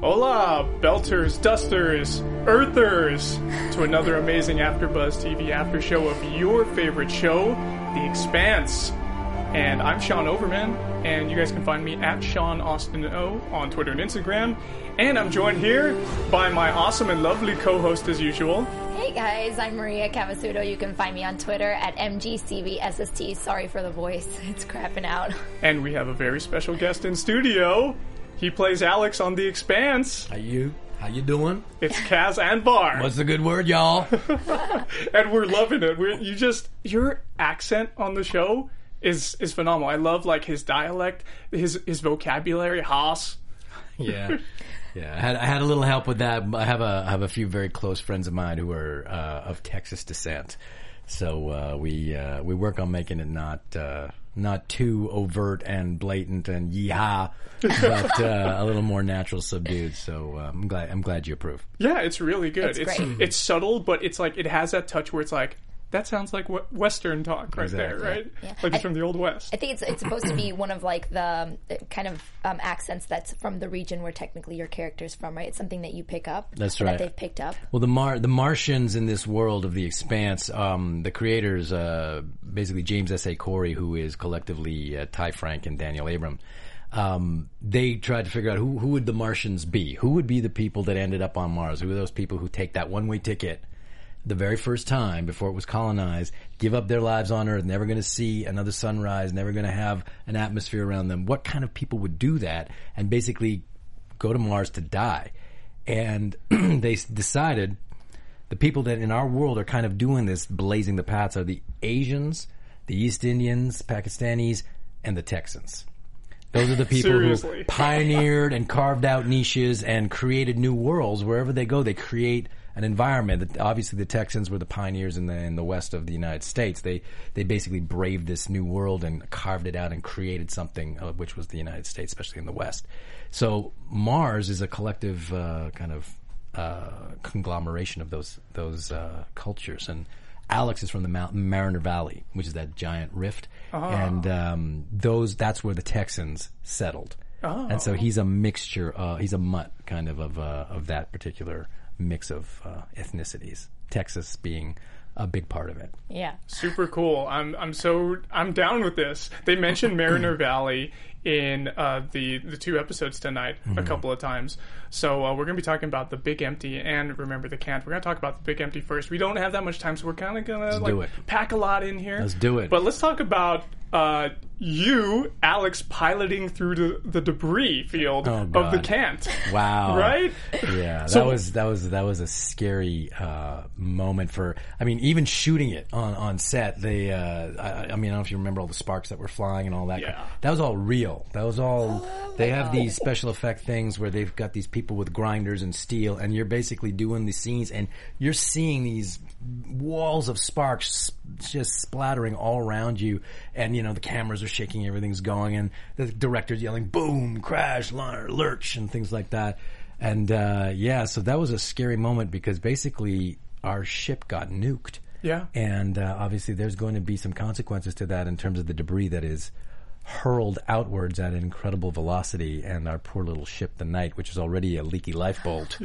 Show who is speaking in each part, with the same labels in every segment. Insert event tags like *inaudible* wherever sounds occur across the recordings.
Speaker 1: Hola, belters, dusters, earthers, to another amazing AfterBuzz TV after show of your favorite show, The Expanse. And I'm Sean Overman, and you guys can find me at Sean Austin O on Twitter and Instagram. And I'm joined here by my awesome and lovely co-host as usual.
Speaker 2: Hey guys, I'm Maria Cavasudo. You can find me on Twitter at MGCVSST. Sorry for the voice, *laughs* it's crapping out.
Speaker 1: And we have a very special guest in studio. He plays Alex on The Expanse.
Speaker 3: How you? How you doing?
Speaker 1: It's Kaz Anbar.
Speaker 3: What's the good word, y'all?
Speaker 1: and we're loving it. We're, you just your accent on the show is is phenomenal. I love like his dialect, his his vocabulary, Haas.
Speaker 3: yeah, yeah. I had, I had a little help with that. I have a I have a few very close friends of mine who are uh, of Texas descent, so uh, we uh, we work on making it not uh, not too overt and blatant and yeehaw, but uh, a little more natural, subdued. So uh, I'm glad I'm glad you approve.
Speaker 1: Yeah, it's really good.
Speaker 2: It's
Speaker 1: It's
Speaker 2: great.
Speaker 1: it's subtle, but it's like it has that touch where it's like that sounds like we- Western talk right there,
Speaker 3: Exactly.
Speaker 1: right? Like it's from the old West.
Speaker 2: I think it's it's supposed to be one of like the um, kind of um, accents that's from the region where technically your character's from, right? It's something that you pick up.
Speaker 3: That's
Speaker 2: or That
Speaker 3: right.
Speaker 2: they've picked up.
Speaker 3: Well, the Mar- the Martians in this world of the Expanse, um, the creators, uh, basically James S. A. Corey, who is collectively uh, Ty Frank and Daniel Abram, um, they tried to figure out who who would the Martians be? Who would be the people that ended up on Mars? Who are those people who take that one way ticket? the very first time before it was colonized, give up their lives on Earth, never going to see another sunrise, never going to have an atmosphere around them. What kind of people would do that and basically go to Mars to die? And *clears throat* they s- decided the people that in our world are kind of doing this, blazing the paths, are the Asians, the East Indians, Pakistanis, and the Texans. Those are the people
Speaker 1: Seriously.
Speaker 3: who *laughs* pioneered and carved out niches and created new worlds. Wherever they go, they create an environment. That obviously, the Texans were the pioneers in the in the west of the United States. They they basically braved this new world and carved it out and created something, uh, which was the United States, especially in the West. So Mars is a collective uh, kind of uh, conglomeration of those those uh, cultures and. Alex is from the Mount Mariner Valley, which is that giant rift, and um, those that's where the Texans settled. And so he's a mixture. Uh, he's a mutt kind of of uh, of that particular mix of uh, ethnicities. Texas being a big part of it.
Speaker 2: Yeah.
Speaker 1: Super cool. I'm I'm so I'm down with this. They mentioned Mariner
Speaker 3: *clears throat*
Speaker 1: Valley in uh, the the two episodes tonight a
Speaker 3: Mm-hmm.
Speaker 1: couple of times. So uh, we're gonna be talking about the Big Empty and remember the Cant. We're gonna talk about the Big Empty first. We don't have that much time, so we're kind of gonna
Speaker 3: do
Speaker 1: like
Speaker 3: it.
Speaker 1: pack a lot in here.
Speaker 3: Let's do it.
Speaker 1: But let's talk about. Uh, you, Alex, piloting through the, the debris field
Speaker 3: Oh,
Speaker 1: of the
Speaker 3: God.
Speaker 1: Cant.
Speaker 3: Wow! Uh,
Speaker 1: Right?
Speaker 3: Yeah, that
Speaker 1: So-
Speaker 3: was that was that was a scary uh, moment for. I mean, even shooting it on on set, they. Uh, I, I- I mean, I don't know if you remember all the sparks that were flying and all that.
Speaker 1: Yeah.
Speaker 3: That was all real. That was all. they have these special effect things where they've got these people with grinders and steel, and you're basically doing the scenes, and you're seeing these walls of sparks just splattering all around you, and you know the cameras are shaking, everything's going, and the director's yelling "boom," "crash," lur- "lurch," and things like that. And uh, yeah, so that was a scary moment because basically our ship got nuked.
Speaker 1: Yeah.
Speaker 3: And uh, obviously, there's going to be some consequences to that in terms of the debris that is hurled outwards at an incredible velocity, and our poor little ship, the Knight, which is already a leaky lifeboat.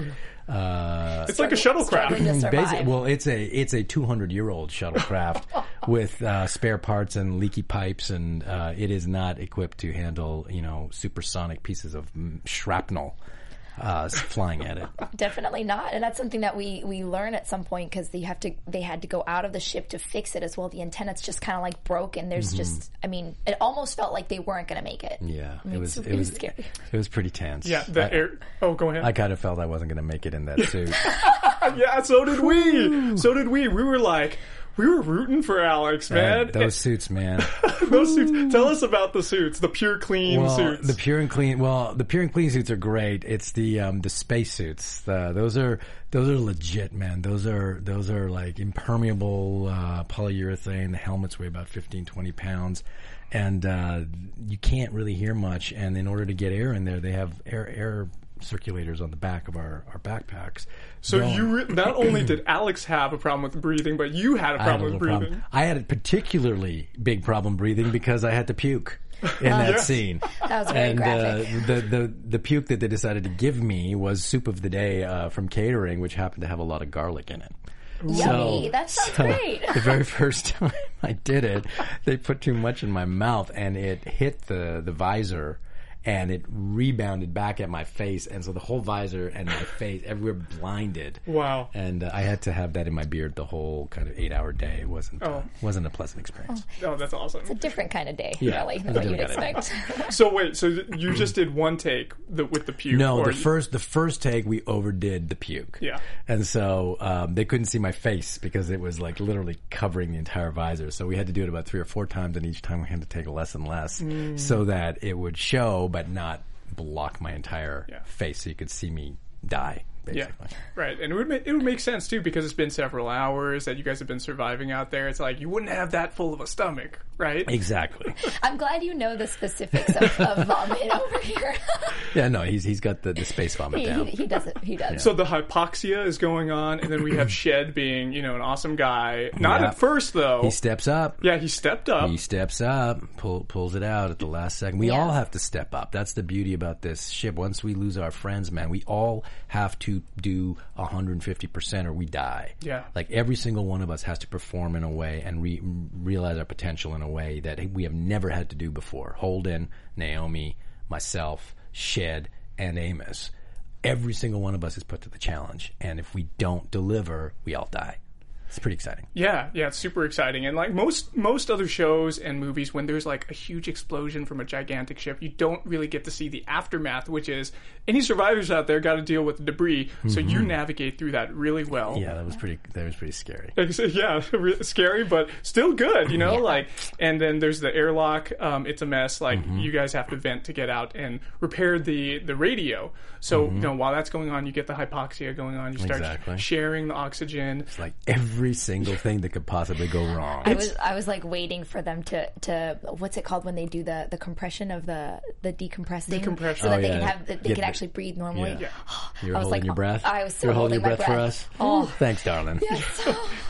Speaker 3: uh,
Speaker 1: It's like a shuttlecraft.
Speaker 2: Struggling to survive.
Speaker 3: basi- well, it's a it's a 200 year
Speaker 2: *laughs*
Speaker 3: old shuttlecraft with uh, spare parts and leaky pipes, and uh, it is not equipped to handle you know supersonic pieces of mm, shrapnel. uh, flying at it.
Speaker 2: Definitely not. And that's something that we we learn at some point because they have to they had to go out of the ship to fix it as well. The antenna's just kind of like broken. There's just I mean, it almost felt like they weren't going to make it.
Speaker 3: Mm-hmm. Yeah, it was
Speaker 2: it's
Speaker 3: it was
Speaker 2: scary.
Speaker 3: it was pretty tense.
Speaker 1: Yeah, the
Speaker 3: I,
Speaker 1: air. Oh, go ahead.
Speaker 3: I kind of felt I wasn't going to make it in that suit.
Speaker 1: yeah, so did we. So did we. We were like, we were rooting for Alex, man.
Speaker 3: Man, those suits, man.
Speaker 1: *laughs* Those suits. Tell us about the suits, the pure clean
Speaker 3: Well,
Speaker 1: suits.
Speaker 3: the pure and clean. Well, the pure and clean suits are great. It's the um, the space suits. The, those are those are legit, man. Those are those are like impermeable uh, polyurethane. The helmets weigh about 15, 20 pounds, and uh, you can't really hear much. And in order to get air in there, they have air air circulators on the back of our our backpacks.
Speaker 1: so you re-
Speaker 3: *clears throat*
Speaker 1: not only did Alex have a problem with breathing, but you had a
Speaker 3: I had a
Speaker 1: problem
Speaker 3: little
Speaker 1: with breathing.
Speaker 3: problem. I had a particularly big problem breathing because I had to puke
Speaker 1: *laughs*
Speaker 3: in that scene.
Speaker 2: That was very
Speaker 3: and uh,
Speaker 2: graphic.
Speaker 3: the, the the puke that they decided to give me was soup of the day uh, from catering, which happened to have a lot of garlic in it.
Speaker 2: Yummy. That
Speaker 3: *laughs*
Speaker 2: sounds great. *laughs*
Speaker 3: The very first time *laughs* I did it, they put too much in my mouth, and it hit the the visor. And it rebounded back at my face, and so the whole visor and my face everywhere blinded.
Speaker 1: Wow.
Speaker 3: And uh, I had to have that in my beard the whole kind of eight hour day. It wasn't uh,
Speaker 1: Oh.
Speaker 3: wasn't a pleasant experience.
Speaker 1: Oh, that's awesome.
Speaker 2: Different kind of day,
Speaker 3: Yeah,
Speaker 2: really.
Speaker 3: I
Speaker 2: That's what
Speaker 3: did
Speaker 2: you'd
Speaker 3: get it.
Speaker 2: expect.
Speaker 1: So wait, so th- you just did one take the, with the puke?
Speaker 3: No,
Speaker 1: or
Speaker 3: the first the first take we overdid the puke.
Speaker 1: Yeah.
Speaker 3: and so um, they couldn't see my face because it was like literally covering the entire visor. So we had to do it about three or four times, and each time we had to take less and less
Speaker 1: Mm.
Speaker 3: so that it would show but not block my entire
Speaker 1: Yeah.
Speaker 3: face, so you could see me die.
Speaker 1: Yeah,
Speaker 3: Basically.
Speaker 1: right. And it would make, it would make sense too because it's been several hours that you guys have been surviving out there. It's like you wouldn't have that full of a stomach, right?
Speaker 3: Exactly. *laughs*
Speaker 2: *laughs* I'm glad you know the specifics of, of vomit over here.
Speaker 3: yeah, no, he's he's got the, the space vomit
Speaker 2: he,
Speaker 3: down.
Speaker 2: he, he does it. He does.
Speaker 1: So the hypoxia is going on, and then we
Speaker 3: *clears throat*
Speaker 1: have Shed being, you know, an awesome guy. Not
Speaker 3: Yeah.
Speaker 1: at first though.
Speaker 3: He steps up.
Speaker 1: yeah, he stepped up.
Speaker 3: He steps up, pull, pulls it out at the last second. We all have to step up. That's the beauty about this ship. Once we lose our friends, man, we all have to do 150% or we die.
Speaker 1: Yeah.
Speaker 3: Like every single one of us has to perform in a way and re- realize our potential in a way that we have never had to do before. Holden, Naomi, myself, Shed, and Amos. Every single one of us is put to the challenge. And if we don't deliver, we all die. It's pretty exciting.
Speaker 1: Yeah, yeah, it's super exciting. And like most most other shows and movies, when there's like a huge explosion from a gigantic ship, you don't really get to see the aftermath, which is any survivors out there got to deal with the debris. So
Speaker 3: Mm-hmm.
Speaker 1: you navigate through that really well.
Speaker 3: Yeah, that was pretty, that was pretty scary.
Speaker 1: Like I said, *laughs* yeah, re- scary, but still good, you know. Like, and then there's the airlock. Um, it's a mess. Like,
Speaker 3: Mm-hmm.
Speaker 1: you guys have to vent to get out and repair the the radio. So, you know, while that's going on, you get the hypoxia going on. You start
Speaker 3: Mm-hmm. Exactly.
Speaker 1: sharing the oxygen.
Speaker 3: like every single thing that could possibly go wrong.
Speaker 2: I was I was like waiting for them to, to what's it called when they do the, the compression of the the decompressing
Speaker 1: Decompression.
Speaker 2: so that
Speaker 3: Oh,
Speaker 2: they
Speaker 3: yeah.
Speaker 2: can have that they
Speaker 3: Get
Speaker 2: could
Speaker 3: the-
Speaker 2: actually breathe normally.
Speaker 3: Yeah.
Speaker 2: I
Speaker 3: You're
Speaker 2: was
Speaker 3: holding
Speaker 2: like,
Speaker 3: your breath.
Speaker 2: I was still
Speaker 3: You're holding, your
Speaker 2: holding
Speaker 3: breath,
Speaker 2: my
Speaker 3: for us.
Speaker 2: breath. Oh.
Speaker 3: thanks, darling.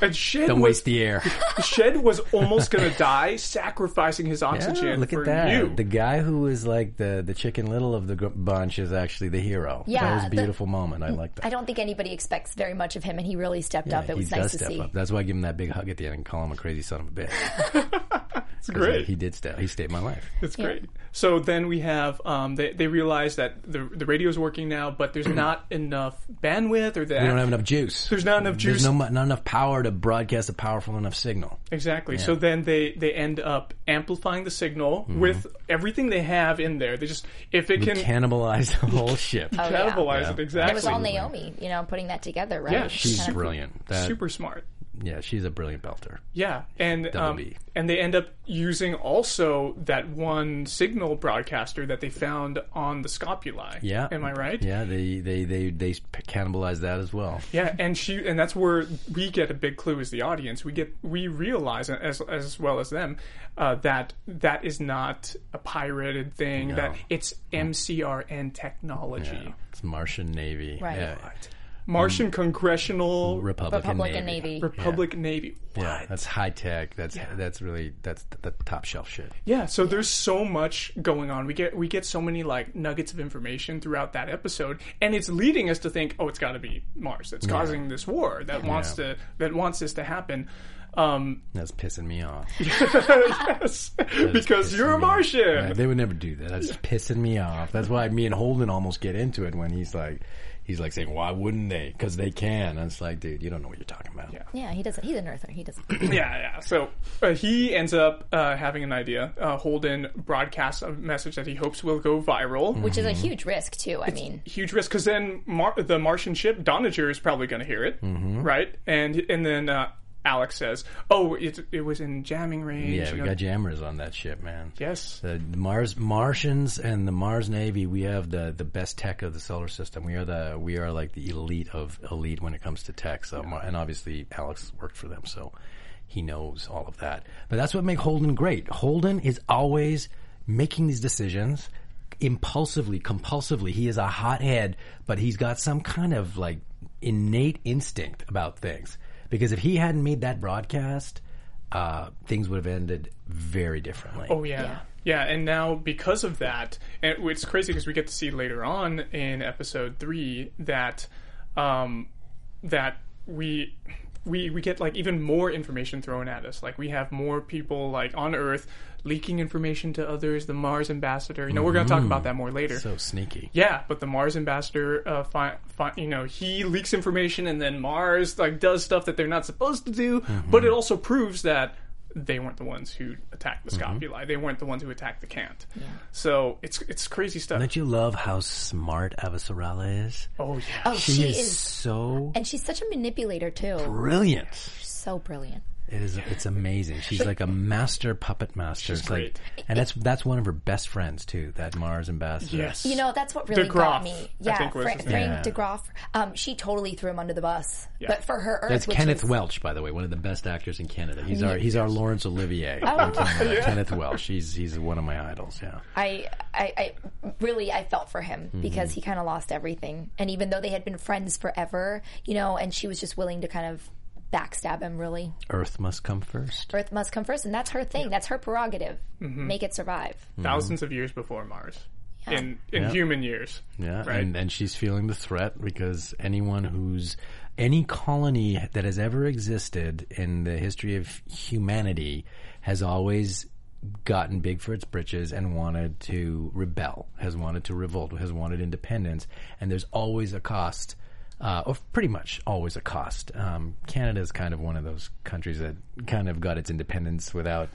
Speaker 1: And shed
Speaker 3: Don't
Speaker 1: was
Speaker 3: waste the air.
Speaker 1: *laughs* Shed was almost going to die, sacrificing his oxygen
Speaker 3: *laughs* Yeah, look
Speaker 1: for
Speaker 3: at that.
Speaker 1: you.
Speaker 3: The guy who is like the the Chicken Little of the gr- bunch is actually the hero. that
Speaker 2: Yeah,
Speaker 3: was a
Speaker 2: the-
Speaker 3: beautiful moment. I like that.
Speaker 2: I don't think anybody expects very much of him, and he really stepped up. It
Speaker 3: he
Speaker 2: was
Speaker 3: does
Speaker 2: nice to
Speaker 3: step
Speaker 2: see.
Speaker 3: up. That's why I give him that big hug at the end and call him a crazy son of a bitch.
Speaker 2: *laughs*
Speaker 1: it's
Speaker 3: Because
Speaker 1: great.
Speaker 3: He did step. He saved my life.
Speaker 1: it's great. So then we have um, they they realize that the the radio's working now, but
Speaker 3: *clears throat*
Speaker 1: there's not enough bandwidth or that.
Speaker 3: We don't have enough juice.
Speaker 1: There's not enough
Speaker 3: There's
Speaker 1: juice.
Speaker 3: no, mu- not enough power to broadcast a powerful enough signal.
Speaker 1: exactly. So then they they end up amplifying the signal
Speaker 3: Mm-hmm.
Speaker 1: with everything they have in there. They just if it can
Speaker 3: Cannibalize the whole ship.
Speaker 2: Oh, yeah.
Speaker 1: cannibalize
Speaker 3: Yeah.
Speaker 1: it
Speaker 2: It
Speaker 1: exactly.
Speaker 2: was all Naomi, you know, putting that together, right?
Speaker 1: Yeah, she's
Speaker 3: She's
Speaker 2: Kinda-
Speaker 3: brilliant. That-
Speaker 1: super smart.
Speaker 3: yeah, she's a brilliant belter.
Speaker 1: Yeah, and
Speaker 3: Double
Speaker 1: um,
Speaker 3: B.
Speaker 1: and they end up using also that one signal broadcaster that they found on the scopuli.
Speaker 3: Yeah.
Speaker 1: am I right?
Speaker 3: Yeah, they they they they cannibalize that as well.
Speaker 1: Yeah, and she and that's where we get a big clue as the audience. We get we realize as as well as them uh, that that is not a pirated thing. That it's MCRN technology.
Speaker 3: It's Martian Navy.
Speaker 2: Right.
Speaker 3: Yeah.
Speaker 1: Right. Martian Congressional
Speaker 3: Republican,
Speaker 2: Republican
Speaker 3: Navy.
Speaker 2: Navy.
Speaker 1: Republic Navy.
Speaker 3: Yeah, that's high tech. That's that's really that's the, the top shelf shit.
Speaker 1: Yeah, so there's so much going on. We get we get so many like nuggets of information throughout that episode, and it's leading us to think, oh, it's got to be Mars that's causing this war that wants to that wants this to happen. Um,
Speaker 3: That's pissing me off.
Speaker 1: yes, *laughs* because
Speaker 3: pissing
Speaker 1: you're a
Speaker 3: me off.
Speaker 1: Martian.
Speaker 3: Yeah, they would never do that. That's pissing me off. That's why me and Holden almost get into it when he's like, he's like saying, "Why wouldn't they? Because they can." And it's like, dude, you don't know what you're talking about. Yeah.
Speaker 2: Yeah, he doesn't. He's an earther. He doesn't.
Speaker 1: *laughs* yeah, yeah. So uh, he ends up uh, having an idea. Uh, Holden broadcasts a message that he hopes will go
Speaker 3: Mm-hmm.
Speaker 1: viral.
Speaker 2: Which is a huge risk too. I mean,
Speaker 1: huge risk because then Mar- the Martian ship Doniger is probably going to hear it,
Speaker 3: Mm-hmm.
Speaker 1: right? And and then uh, Alex says, "Oh, it, it was in jamming range." you
Speaker 3: we
Speaker 1: know.
Speaker 3: got jammers on that ship, man.
Speaker 1: yes,
Speaker 3: uh, The Mars Martians and the Mars Navy, we have the, the best tech of the solar system. We are the we are like the elite of elite when it comes to tech. So Mar- and obviously Alex worked for them, so he knows all of that. But that's what makes Holden great. Holden is always making these decisions impulsively, compulsively. He is a hothead, but he's got some kind of like innate instinct about things. Because if he hadn't made that broadcast, uh, things would have ended very differently.
Speaker 1: Oh yeah. yeah. and now because of that, and it's crazy because we get to see later on in episode three that, um, that we, we we get like even more information thrown at us. Like we have more people like on Earth leaking information to others. The Mars ambassador, you know, we're going to talk about that more later.
Speaker 3: Mm-hmm. So sneaky.
Speaker 1: Yeah, but the Mars ambassador, uh, fi- fi- you know, he leaks information, and then Mars like does stuff that they're not supposed to do.
Speaker 3: Mm-hmm.
Speaker 1: But it also proves that they weren't the ones who attacked the
Speaker 3: Mm-hmm.
Speaker 1: Scopuli. They weren't the ones who attacked the Cant. So it's it's crazy stuff.
Speaker 3: Don't you love how smart Avasarala is?
Speaker 1: oh yeah,
Speaker 2: oh, she, is,
Speaker 3: so
Speaker 2: and she's such a manipulator too.
Speaker 3: brilliant.
Speaker 2: So brilliant.
Speaker 3: It is. It's amazing. She's like a master puppet master. It's like,
Speaker 1: great.
Speaker 3: and that's that's one of her best friends too. That Mars ambassador.
Speaker 1: yes,
Speaker 2: You know, that's what really
Speaker 1: DeGroff,
Speaker 2: got me.
Speaker 1: I
Speaker 2: Yeah,
Speaker 1: think was
Speaker 2: Frank,
Speaker 1: his name.
Speaker 3: Yeah.
Speaker 2: Frank DeGroff. Um, she totally threw him under the bus. But for her Earth,
Speaker 3: That's
Speaker 2: which
Speaker 3: Kenneth
Speaker 2: was-
Speaker 3: Welch, by the way, one of the best actors in Canada. He's our he's our Laurence Olivier. in Canada. Kenneth Welch. He's he's one of my idols. Yeah.
Speaker 2: I, I, I really I felt for him
Speaker 3: Mm-hmm.
Speaker 2: because he kind of lost everything. And even though they had been friends forever, you know, and she was just willing to kind of backstab him. Really,
Speaker 3: Earth must come first.
Speaker 2: Earth must come first, and that's her thing. That's her prerogative.
Speaker 1: Mm-hmm.
Speaker 2: Make it survive.
Speaker 3: Mm-hmm.
Speaker 1: thousands of years before Mars, in in human years.
Speaker 3: Yeah,
Speaker 1: Right.
Speaker 3: and, and she's feeling the threat because anyone who's any colony that has ever existed in the history of humanity has always gotten big for its britches and wanted to rebel, has wanted to revolt, has wanted independence, and there's always a cost. Uh, or pretty much always a cost. Um, Canada is kind of one of those countries that kind of got its independence without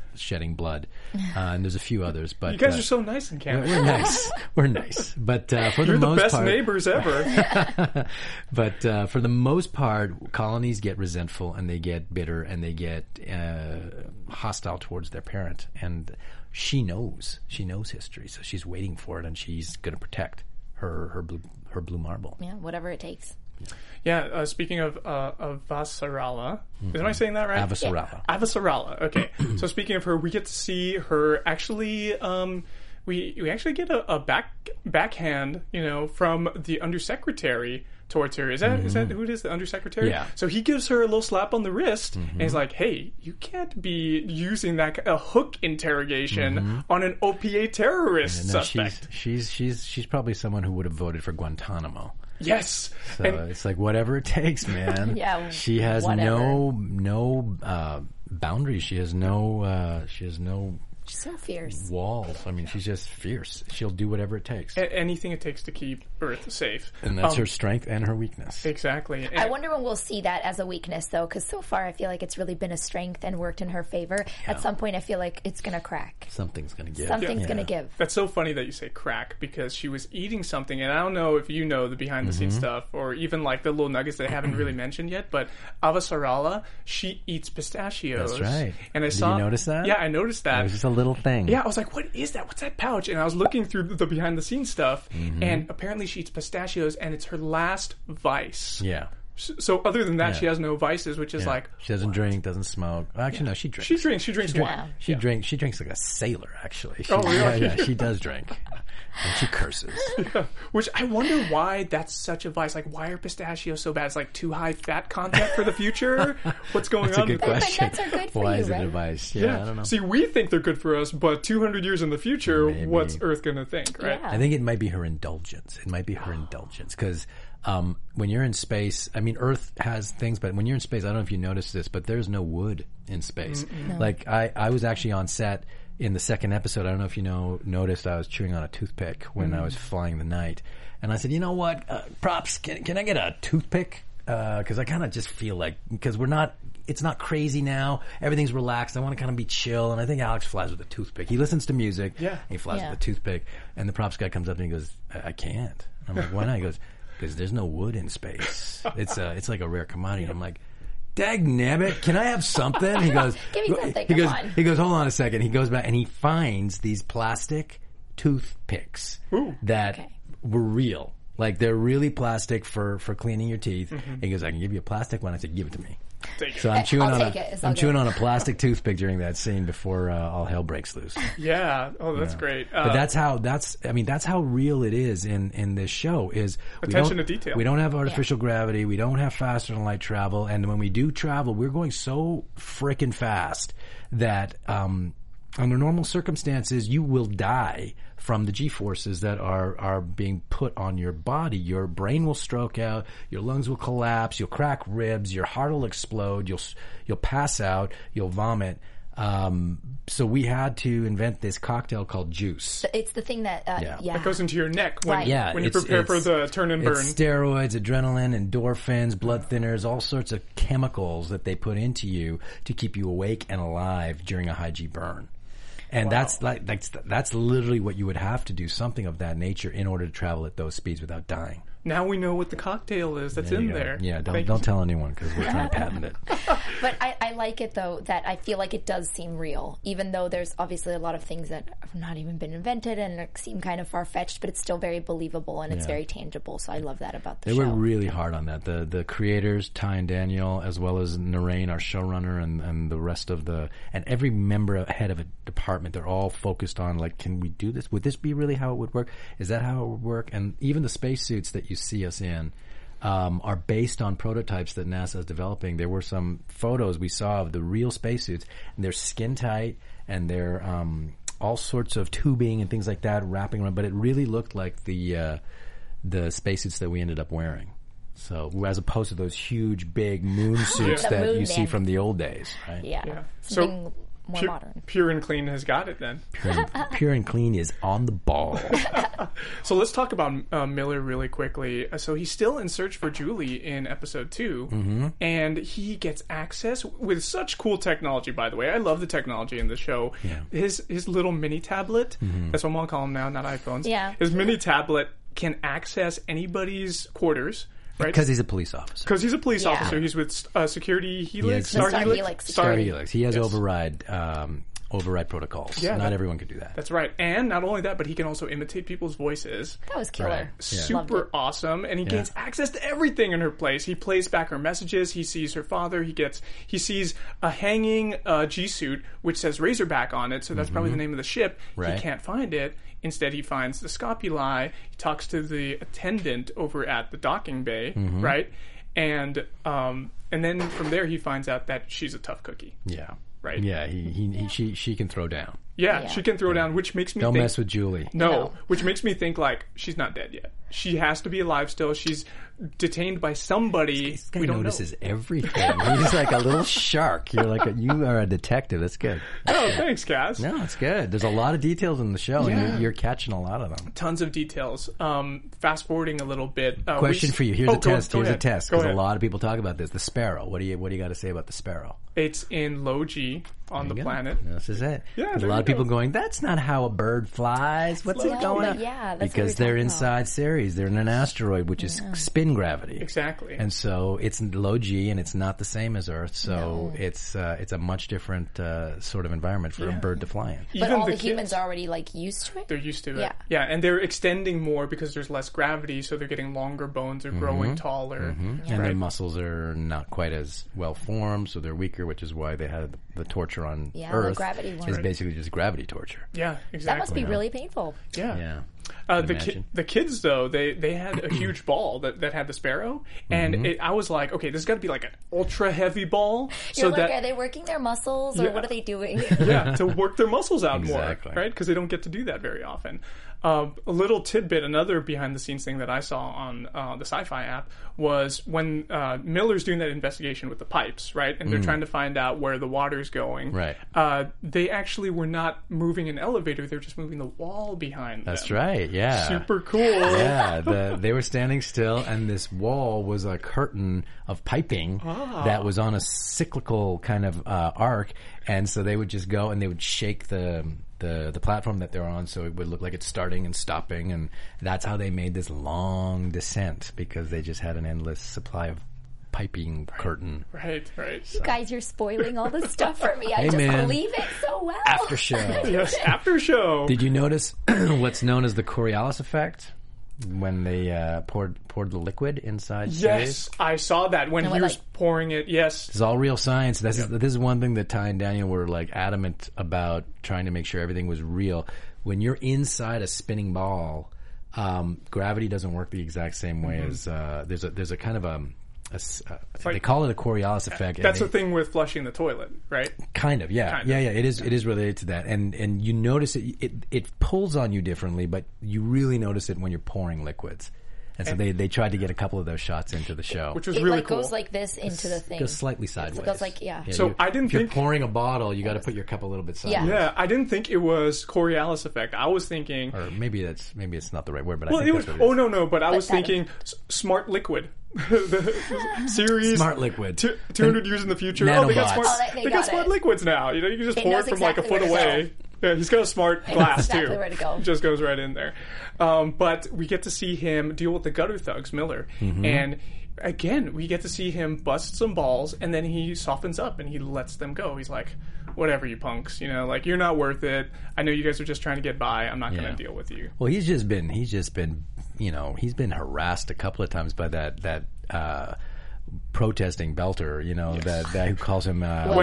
Speaker 1: *laughs*
Speaker 3: shedding blood, uh, and there's a few others. But
Speaker 1: You guys
Speaker 3: uh,
Speaker 1: are so nice in Canada. *laughs*
Speaker 3: we're nice. We're nice. But uh, for
Speaker 1: You're
Speaker 3: the
Speaker 1: the
Speaker 3: most
Speaker 1: best
Speaker 3: part,
Speaker 1: neighbors
Speaker 3: *laughs*
Speaker 1: ever.
Speaker 3: but uh, for the most part, colonies get resentful and they get bitter and they get uh, hostile towards their parent. And she knows, she knows history, so she's waiting for it, and she's going to protect her her blue, her blue marble.
Speaker 2: Yeah, whatever it takes.
Speaker 1: yeah. Uh, speaking of uh, of Vasarala, am I saying that right?
Speaker 3: Mm-hmm. Avasarala.
Speaker 1: Avasarala.
Speaker 3: *clears throat*
Speaker 1: Okay. so speaking of her, we get to see her actually. Um, we we actually get a, a back backhand, you know, from the undersecretary towards her. Is that is that who it is? The undersecretary.
Speaker 3: Mm-hmm. Yeah. Mm-hmm.
Speaker 1: So he gives her a little slap on the wrist, and he's like, "Hey, you can't be using that ki- a hook interrogation on an OPA terrorist
Speaker 3: No, Mm-hmm. she's,
Speaker 1: suspect."
Speaker 3: she's she's she's probably someone who would have voted for Guantanamo.
Speaker 1: Yes.
Speaker 3: So
Speaker 1: and
Speaker 3: it's like whatever it takes,
Speaker 2: *laughs*
Speaker 3: man.
Speaker 2: Yeah,
Speaker 3: She has
Speaker 2: whatever.
Speaker 3: no no uh, boundaries. She has no uh, she has no
Speaker 2: She's so fierce.
Speaker 3: walls. I mean, she's just fierce. She'll do whatever it takes.
Speaker 1: a- anything it takes to keep Earth safe.
Speaker 3: And that's
Speaker 1: Um,
Speaker 3: her strength and her weakness.
Speaker 1: Exactly. And-
Speaker 2: I wonder when we'll see that as a weakness, though, because so far I feel like it's really been a strength and worked in her favor. At some point, I feel like it's going to crack.
Speaker 3: Something's gonna give.
Speaker 2: Something's
Speaker 3: Yeah.
Speaker 2: going to give.
Speaker 1: That's so funny that you say crack because she was eating something, and I don't know if you know the behind the scenes
Speaker 3: Mm-hmm.
Speaker 1: stuff or even like the little nuggets that I haven't
Speaker 3: *clears throat*
Speaker 1: really mentioned yet. But Avasarala, she eats pistachios.
Speaker 3: That's right.
Speaker 1: And I
Speaker 3: Did you
Speaker 1: saw.
Speaker 3: notice that?
Speaker 1: Yeah, I noticed that.
Speaker 3: It was just a little thing.
Speaker 1: yeah, I was like, "What is that? What's that pouch?" And I was looking through the behind the scenes stuff,
Speaker 3: Mm-hmm.
Speaker 1: and apparently she eats pistachios, and it's her last vice.
Speaker 3: Yeah.
Speaker 1: S- So other than that,
Speaker 3: Yeah.
Speaker 1: she has no vices, which is like
Speaker 3: she doesn't drink, doesn't smoke. Actually, no, she drinks.
Speaker 1: she
Speaker 2: Oh.
Speaker 1: drinks. She drinks wine.
Speaker 3: *laughs* She drinks. She drinks like a sailor. Actually. She,
Speaker 1: Oh, really?
Speaker 3: Yeah, yeah, she does drink. And
Speaker 1: *laughs*
Speaker 3: she curses.
Speaker 1: Which I wonder why that's such a vice. Like, why are pistachios so bad? It's like too high fat content for the
Speaker 3: *laughs*
Speaker 1: future. What's going
Speaker 3: That's a
Speaker 1: on? with
Speaker 3: good
Speaker 1: that?
Speaker 3: question.
Speaker 2: nuts are good for
Speaker 3: Why
Speaker 2: you,
Speaker 3: is it
Speaker 2: right?
Speaker 3: advice? Yeah, I don't know.
Speaker 1: See, we think they're good for us, but 200 years in the future, what's Earth going to think, right?
Speaker 2: Yeah.
Speaker 3: I think it might be her indulgence. It might be her indulgence because um, when you're in space, I mean, Earth has things, but when you're in space, I don't know if you noticed this, but there's no wood in space. Like I, I was actually on set in the second episode. I don't know if you know noticed I was chewing on a toothpick when I was flying the night, and I said, you know what, uh, props, can, can I get a toothpick? Because I kind of just feel like because we're not. It's not crazy now. Everything's relaxed. I want to kind of be chill, and I think Alex flies with a toothpick. He listens to music.
Speaker 1: Yeah.
Speaker 3: he flies
Speaker 2: Yeah.
Speaker 3: with a toothpick. And the props guy comes up and he goes, I, I can't. And I'm like, why not? He goes, because there's no wood in space. It's a, it's like a rare commodity. And I'm like, dag nabbit, can I have something? He goes,
Speaker 2: *laughs* Give me something,
Speaker 3: he
Speaker 2: come
Speaker 3: goes,
Speaker 2: on.
Speaker 3: he goes, hold on a second. He goes back and he finds these plastic toothpicks that
Speaker 2: Okay.
Speaker 3: were real. Like they're really plastic for, for cleaning your teeth. And he goes, I can give you a plastic one. I said, give it to me.
Speaker 1: Take it.
Speaker 3: So I'm chewing
Speaker 2: I'll
Speaker 3: on
Speaker 2: take it. It's
Speaker 3: a,
Speaker 2: all
Speaker 3: I'm
Speaker 2: good. *laughs*
Speaker 3: chewing on a plastic toothpick during that scene before uh, all hell breaks loose.
Speaker 1: Yeah. Oh, that's great. Uh,
Speaker 3: But that's how that's I mean that's how real it is in in this show is we
Speaker 1: Attention
Speaker 3: don't-
Speaker 1: to detail.
Speaker 3: We don't have artificial gravity. We don't have faster than light travel. And when we do travel, we're going so freaking fast that um, under normal circumstances, you will die from the g forces that are are being put on your body. Your brain will stroke out. Your lungs will collapse. You'll crack ribs. Your heart will explode. You'll s- you'll pass out. You'll vomit. Um, so we had to invent this cocktail called juice.
Speaker 2: It's the thing that, uh,
Speaker 3: Yeah.
Speaker 2: yeah.
Speaker 1: that goes into your neck when,
Speaker 2: Right.
Speaker 3: Yeah,
Speaker 1: when you
Speaker 3: it's-
Speaker 1: prepare for
Speaker 3: it's-
Speaker 1: the turn and burn.
Speaker 3: It's steroids, adrenaline, endorphins, blood thinners, all sorts of chemicals that they put into you to keep you awake and alive during a high G burn. And that's like that's that's literally what you would have to do something of that nature in order to travel at those speeds without dying.
Speaker 1: now we know what the cocktail is that's in
Speaker 3: You know?
Speaker 1: there.
Speaker 3: Yeah, don't
Speaker 1: Thank
Speaker 3: don't tell anyone because we're trying to patent it.
Speaker 1: *laughs*
Speaker 2: But I, I like it though that I feel like it does seem real, even though there's obviously a lot of things that have not even been invented and seem kind of far fetched, but it's still very believable and it's very tangible. So I love that about the
Speaker 3: They
Speaker 2: show.
Speaker 3: were really hard on that. The the creators, Ty and Daniel, as well as Noreen, our showrunner, and, and the rest of the and every member head of a department, they're all focused on like, can we do this? Would this be really how it would work? Is that how it would work? And even the spacesuits that you see us in um, are based on prototypes that NASA is developing. There were some photos we saw of the real spacesuits, and they're skin tight and they're um, all sorts of tubing and things like that wrapping around. But it really looked like the uh, the spacesuits that we ended up wearing. So as opposed to those huge,
Speaker 1: *laughs*
Speaker 3: big moon suits
Speaker 2: The
Speaker 3: that
Speaker 2: moon
Speaker 3: you see
Speaker 2: man.
Speaker 3: from the old days, right?
Speaker 2: yeah.
Speaker 1: Yeah.
Speaker 2: Something more
Speaker 1: Pure,
Speaker 2: modern.
Speaker 1: Pure and clean has got it then.
Speaker 3: Pure, and, pure and clean is on
Speaker 1: *laughs*
Speaker 3: the ball.
Speaker 1: So let's talk about uh, Miller really quickly. Uh, So he's still in search for Julie in episode 2
Speaker 3: Mm-hmm.
Speaker 1: and he gets access with such cool technology. By the way, I love the technology in the show. His his little mini tablet.
Speaker 3: Mm-hmm.
Speaker 1: That's what I'm gonna call him now, not iPhones.
Speaker 2: Yeah.
Speaker 1: His mini tablet can access anybody's quarters. Right.
Speaker 3: Because he's a police officer.
Speaker 1: Because he's a police
Speaker 2: Yeah.
Speaker 1: officer, he's with uh, security helix,
Speaker 3: has-
Speaker 1: star,
Speaker 2: Star
Speaker 1: helix,
Speaker 2: Helix
Speaker 1: Star
Speaker 3: Sorry, Helix. He has override um, override protocols.
Speaker 1: Yeah,
Speaker 3: Not
Speaker 1: that-
Speaker 3: everyone can do that.
Speaker 1: That's right. And not only that, but he can also imitate people's voices.
Speaker 2: That was killer.
Speaker 3: Right.
Speaker 2: Loved
Speaker 1: super
Speaker 2: it.
Speaker 1: awesome and he gains access to everything in her place he plays back her messages he sees her father he gets he sees a hanging uh, g-suit which says razorback on it so that's probably the name of the ship
Speaker 3: Mm-hmm. Right.
Speaker 1: he can't find it instead he finds the scopuli he talks to the attendant over at the docking bay
Speaker 3: Mm-hmm.
Speaker 1: right and um, and then from there he finds out that she's a tough cookie
Speaker 3: Yeah.
Speaker 1: Right.
Speaker 3: Yeah. He, he, he she she can throw down.
Speaker 1: yeah,
Speaker 2: Yeah.
Speaker 1: she can throw down which makes me
Speaker 3: Don't
Speaker 1: think
Speaker 3: mess with Julie.
Speaker 1: No,
Speaker 2: No.
Speaker 1: which makes me think like she's not dead yet. She has to be alive still. She's detained by somebody.
Speaker 3: This guy
Speaker 1: we don't
Speaker 3: notices
Speaker 1: know.
Speaker 3: everything. *laughs* He's like a little shark. You're like a, you are a detective. That's good.
Speaker 1: Oh, thanks, Cass.
Speaker 3: No, it's good. There's a lot of details in the show, and you're, you're catching a lot of them.
Speaker 1: Tons of details. Um, fast forwarding a little bit. Uh, we
Speaker 3: Question
Speaker 1: s-
Speaker 3: for you. Here's
Speaker 1: Oh,
Speaker 3: a
Speaker 1: go-
Speaker 3: test.
Speaker 1: go
Speaker 3: Here's
Speaker 1: ahead.
Speaker 3: a test
Speaker 1: Go
Speaker 3: because a
Speaker 1: ahead.
Speaker 3: lot of people talk about this. The sparrow. What do you What do you got to say about the sparrow?
Speaker 1: It's in Logi on the
Speaker 3: Yeah,
Speaker 1: planet.
Speaker 3: This is it.
Speaker 1: Yeah,
Speaker 3: There's a
Speaker 1: there
Speaker 3: lot
Speaker 1: you
Speaker 3: of people
Speaker 1: go.
Speaker 3: going. That's not how a bird flies. What's it
Speaker 2: No,
Speaker 3: going
Speaker 2: but
Speaker 3: on?
Speaker 2: yeah, that's what
Speaker 3: because
Speaker 2: we were
Speaker 3: they're
Speaker 2: talking
Speaker 3: inside Ceres. They're in an asteroid, which is spin gravity.
Speaker 1: Exactly.
Speaker 3: And so it's low G, and it's not the same as Earth. So it's uh, it's a much different uh, sort of environment for a bird to fly in.
Speaker 2: But all the,
Speaker 1: kids,
Speaker 2: humans are already like used to it.
Speaker 1: They're used to it.
Speaker 2: Yeah.
Speaker 1: Yeah, and they're extending more because there's less gravity, so they're getting longer bones. They're growing taller.
Speaker 3: Mm-hmm. and
Speaker 1: Right.
Speaker 3: their muscles are not quite as well formed, so they're weaker, which is why they had the torture on
Speaker 2: Yeah, the
Speaker 3: Earth.
Speaker 2: gravity
Speaker 3: is
Speaker 2: one.
Speaker 3: basically just gravity torture.
Speaker 1: Yeah, exactly.
Speaker 2: That must be really painful.
Speaker 1: Yeah.
Speaker 3: Yeah,
Speaker 1: Uh, the
Speaker 3: imagine.
Speaker 1: ki- the kids though they they had a
Speaker 3: *clears throat*
Speaker 1: huge ball that, that had the sparrow, and
Speaker 3: Mm-hmm.
Speaker 1: it, I was like, okay, this got to be like an ultra heavy ball,
Speaker 2: You're
Speaker 1: so
Speaker 2: like,
Speaker 1: that
Speaker 2: are they working their muscles or
Speaker 1: Yeah.
Speaker 2: what are they doing?
Speaker 1: *laughs*
Speaker 2: *laughs*
Speaker 1: yeah,
Speaker 3: *laughs*
Speaker 1: to work their muscles out
Speaker 3: Exactly.
Speaker 1: more, right? Because they don't get to do that very often. Um, a little tidbit, another behind the scenes thing that I saw on uh, the Sci Fi app was when uh, Miller's doing that investigation with the pipes, right? And they're trying to find out where the water's going.
Speaker 3: Mm. Right.
Speaker 1: Uh, they actually were not moving an elevator, they were just moving the wall behind
Speaker 3: That's
Speaker 1: them.
Speaker 3: right. Yeah.
Speaker 1: Super cool.
Speaker 3: yeah, the, they were standing still, and this wall was a curtain of piping
Speaker 1: Ah.
Speaker 3: that was on a cyclical kind of uh, arc, and so they would just go and they would shake the, the the platform that they're on, so it would look like it's starting and stopping, and that's how they made this long descent because they just had an endless supply of piping curtain.
Speaker 1: Right, right.
Speaker 2: Guys, you're spoiling all this stuff for me. I just
Speaker 3: man.
Speaker 2: believe it so well.
Speaker 1: *laughs*
Speaker 3: After show,
Speaker 1: Yes, after show.
Speaker 3: did you notice *clears throat* what's known as the Coriolis effect? When they uh, poured poured the liquid inside,
Speaker 1: Yes,
Speaker 3: Sirius?
Speaker 1: I saw that when
Speaker 2: And
Speaker 1: he
Speaker 2: what,
Speaker 1: was
Speaker 2: like-
Speaker 1: pouring it. Yes,
Speaker 3: It's all real science. This is this is one thing that Ty and Daniel were like adamant about trying to make sure everything was real. When you're inside a spinning ball, um, gravity doesn't work the exact same way as uh, there's a there's a kind of a, a s- uh, they
Speaker 1: Mm-hmm. like-
Speaker 3: call it a Coriolis effect. and
Speaker 1: that's
Speaker 3: they-
Speaker 1: the thing with flushing the toilet, right?
Speaker 3: kind of yeah
Speaker 1: Kind
Speaker 3: yeah
Speaker 1: of.
Speaker 3: yeah it is it is related to that and and you notice it, it it pulls on you differently but you really notice it when you're pouring liquids and so they they tried to get a couple of those shots into the show
Speaker 1: Which was
Speaker 2: it
Speaker 1: really
Speaker 2: like
Speaker 1: cool.
Speaker 2: goes like this into the thing.
Speaker 3: goes slightly sideways
Speaker 2: goes like- yeah.
Speaker 1: So
Speaker 3: you-
Speaker 1: I didn't
Speaker 3: if you're
Speaker 1: think-
Speaker 3: pouring a bottle you got to put your cup a little bit sideways
Speaker 1: Yeah, I didn't think it was Coriolis effect. I was thinking.
Speaker 3: or maybe that's maybe it's not the right word, but I
Speaker 1: well,
Speaker 3: think
Speaker 1: it
Speaker 3: that's
Speaker 1: was.
Speaker 3: what it is.
Speaker 1: Oh no, no. But I was
Speaker 2: that-
Speaker 1: thinking s- smart liquid. *laughs* the
Speaker 2: *laughs*
Speaker 1: series
Speaker 3: Smart liquid.
Speaker 1: Two hundred years in the future. Oh, they got
Speaker 3: Nanobots.
Speaker 1: smart.
Speaker 2: Oh, they- they
Speaker 1: got,
Speaker 2: got
Speaker 1: smart
Speaker 2: it.
Speaker 1: liquids now. You know, you can just
Speaker 2: It
Speaker 1: pour it
Speaker 2: knows
Speaker 1: from like a
Speaker 2: exactly
Speaker 1: foot
Speaker 2: where to
Speaker 1: away. Yeah, he's got a smart glass
Speaker 2: exactly
Speaker 1: too.
Speaker 2: where to go.
Speaker 1: Just goes right in there. Um, but we get to see him deal with the gutter thugs, Miller,
Speaker 3: Mm-hmm.
Speaker 1: and. Again, we get to see him bust some balls, and then he softens up and he lets them go. He's like, "Whatever, you punks. You know, like you're not worth it. I know you guys are just trying to get by. I'm not
Speaker 3: Yeah.
Speaker 1: going to deal with you."
Speaker 3: Well, he's just been he's just been you know he's been harassed a couple of times by that that uh, protesting belter. You know that that who calls him uh,
Speaker 2: Well-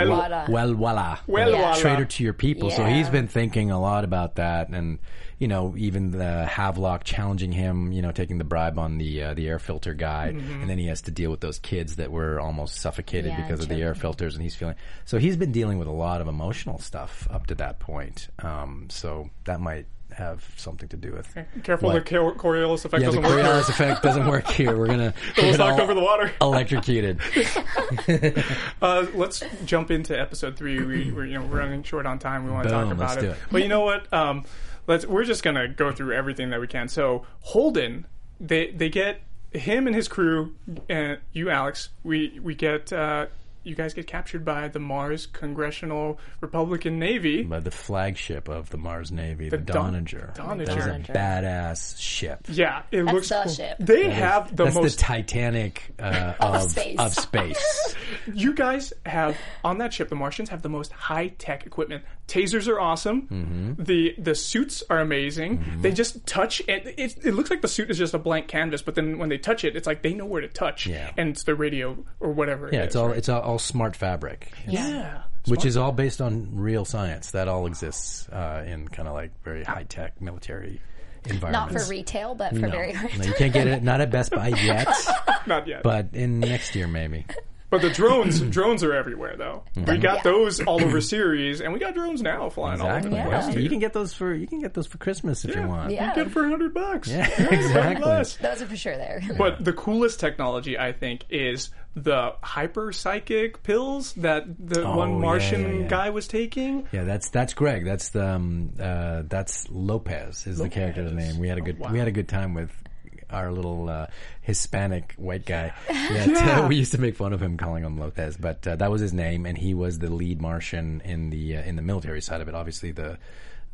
Speaker 3: Wel- Welwala,
Speaker 1: Welwala.
Speaker 3: traitor to your people. So
Speaker 2: Yeah.
Speaker 3: he's been thinking a lot about that, and you know even the Havelock challenging him. You know taking the bribe on the uh, the air filter guy, and then he has to deal with those kids that were almost suffocated
Speaker 2: Yeah,
Speaker 3: because of the
Speaker 2: children.
Speaker 3: air filters, and he's feeling so he's been dealing with a lot of emotional stuff up to that point. Um, so that might have something to do with.
Speaker 1: Careful,
Speaker 3: What?
Speaker 1: the Cor- Coriolis effect
Speaker 3: Yeah, the
Speaker 1: doesn't work.
Speaker 3: Coriolis effect doesn't work here. We're gonna
Speaker 1: Almost
Speaker 3: we're gonna
Speaker 1: knocked
Speaker 3: all
Speaker 1: over the water.
Speaker 3: electrocuted.
Speaker 1: Uh, let's jump into episode three. We, we're you know we're running short on time. We want to talk
Speaker 3: Boom,
Speaker 1: about
Speaker 3: let's
Speaker 1: it.
Speaker 3: do it.
Speaker 1: But you know what? Um, let's. We're just gonna go through everything that we can. So Holden, they they get him and his crew, and you, Alex. We we get. Uh, you guys get captured by the Mars Congressional Republican Navy.
Speaker 3: By the flagship of the Mars Navy, the,
Speaker 1: Don- Doninger.
Speaker 3: Doninger. That was a
Speaker 2: Doninger.
Speaker 3: badass ship.
Speaker 1: Yeah, it looks
Speaker 2: the
Speaker 1: cool.
Speaker 2: ship.
Speaker 1: They have the
Speaker 3: That's
Speaker 1: most.
Speaker 3: the Titanic uh, of, of space.
Speaker 2: space. *laughs*
Speaker 1: you guys have on that ship. The Martians have the most high tech equipment. Tasers are awesome.
Speaker 3: Mm-hmm.
Speaker 1: The the suits are amazing. They just touch and it, it looks like the suit is just a blank canvas. But then when they touch it, it's like they know where to touch.
Speaker 3: Yeah.
Speaker 1: and it's the radio or whatever.
Speaker 3: Yeah,
Speaker 1: it
Speaker 3: it's
Speaker 1: is,
Speaker 3: all
Speaker 1: right?
Speaker 3: it's all, all smart fabric,
Speaker 1: yeah.
Speaker 3: which is all based on real science. That all exists uh, in kind of like very high tech military
Speaker 2: Not
Speaker 3: environments.
Speaker 2: for retail, but for
Speaker 3: no,
Speaker 2: very hard.
Speaker 3: no, you can't get it. Not at
Speaker 2: *laughs*
Speaker 3: Best Buy yet,
Speaker 1: Not yet, but,
Speaker 3: but in next year maybe.
Speaker 1: the drones *clears throat* drones are everywhere though.
Speaker 3: Mm-hmm.
Speaker 1: We got those all over series, and we got drones now flying
Speaker 3: Exactly.
Speaker 1: all over. the
Speaker 2: Yeah.
Speaker 1: place,
Speaker 3: You
Speaker 1: too.
Speaker 3: can get those for you can get those for Christmas if you want.
Speaker 1: You
Speaker 2: Yeah.
Speaker 1: get it for hundred bucks.
Speaker 3: Yeah,
Speaker 1: Very
Speaker 3: *laughs* exactly.
Speaker 1: less.
Speaker 2: *laughs* Those are for sure there. *laughs*
Speaker 1: But the coolest technology, I think, is the hyper psychic pills that the
Speaker 3: Oh,
Speaker 1: one
Speaker 3: yeah,
Speaker 1: Martian
Speaker 3: yeah, yeah.
Speaker 1: guy was taking.
Speaker 3: Yeah, that's that's Greg. That's the um, uh, that's Lopez is the character's name. We had a
Speaker 1: Oh,
Speaker 3: good we had a good time with our little uh, Hispanic white
Speaker 1: *laughs*
Speaker 3: guy. Yeah, *laughs* we used to make fun of him calling him Lopez, but uh, that was his name, and he was the lead Martian in the uh, in the military side of it. Obviously, the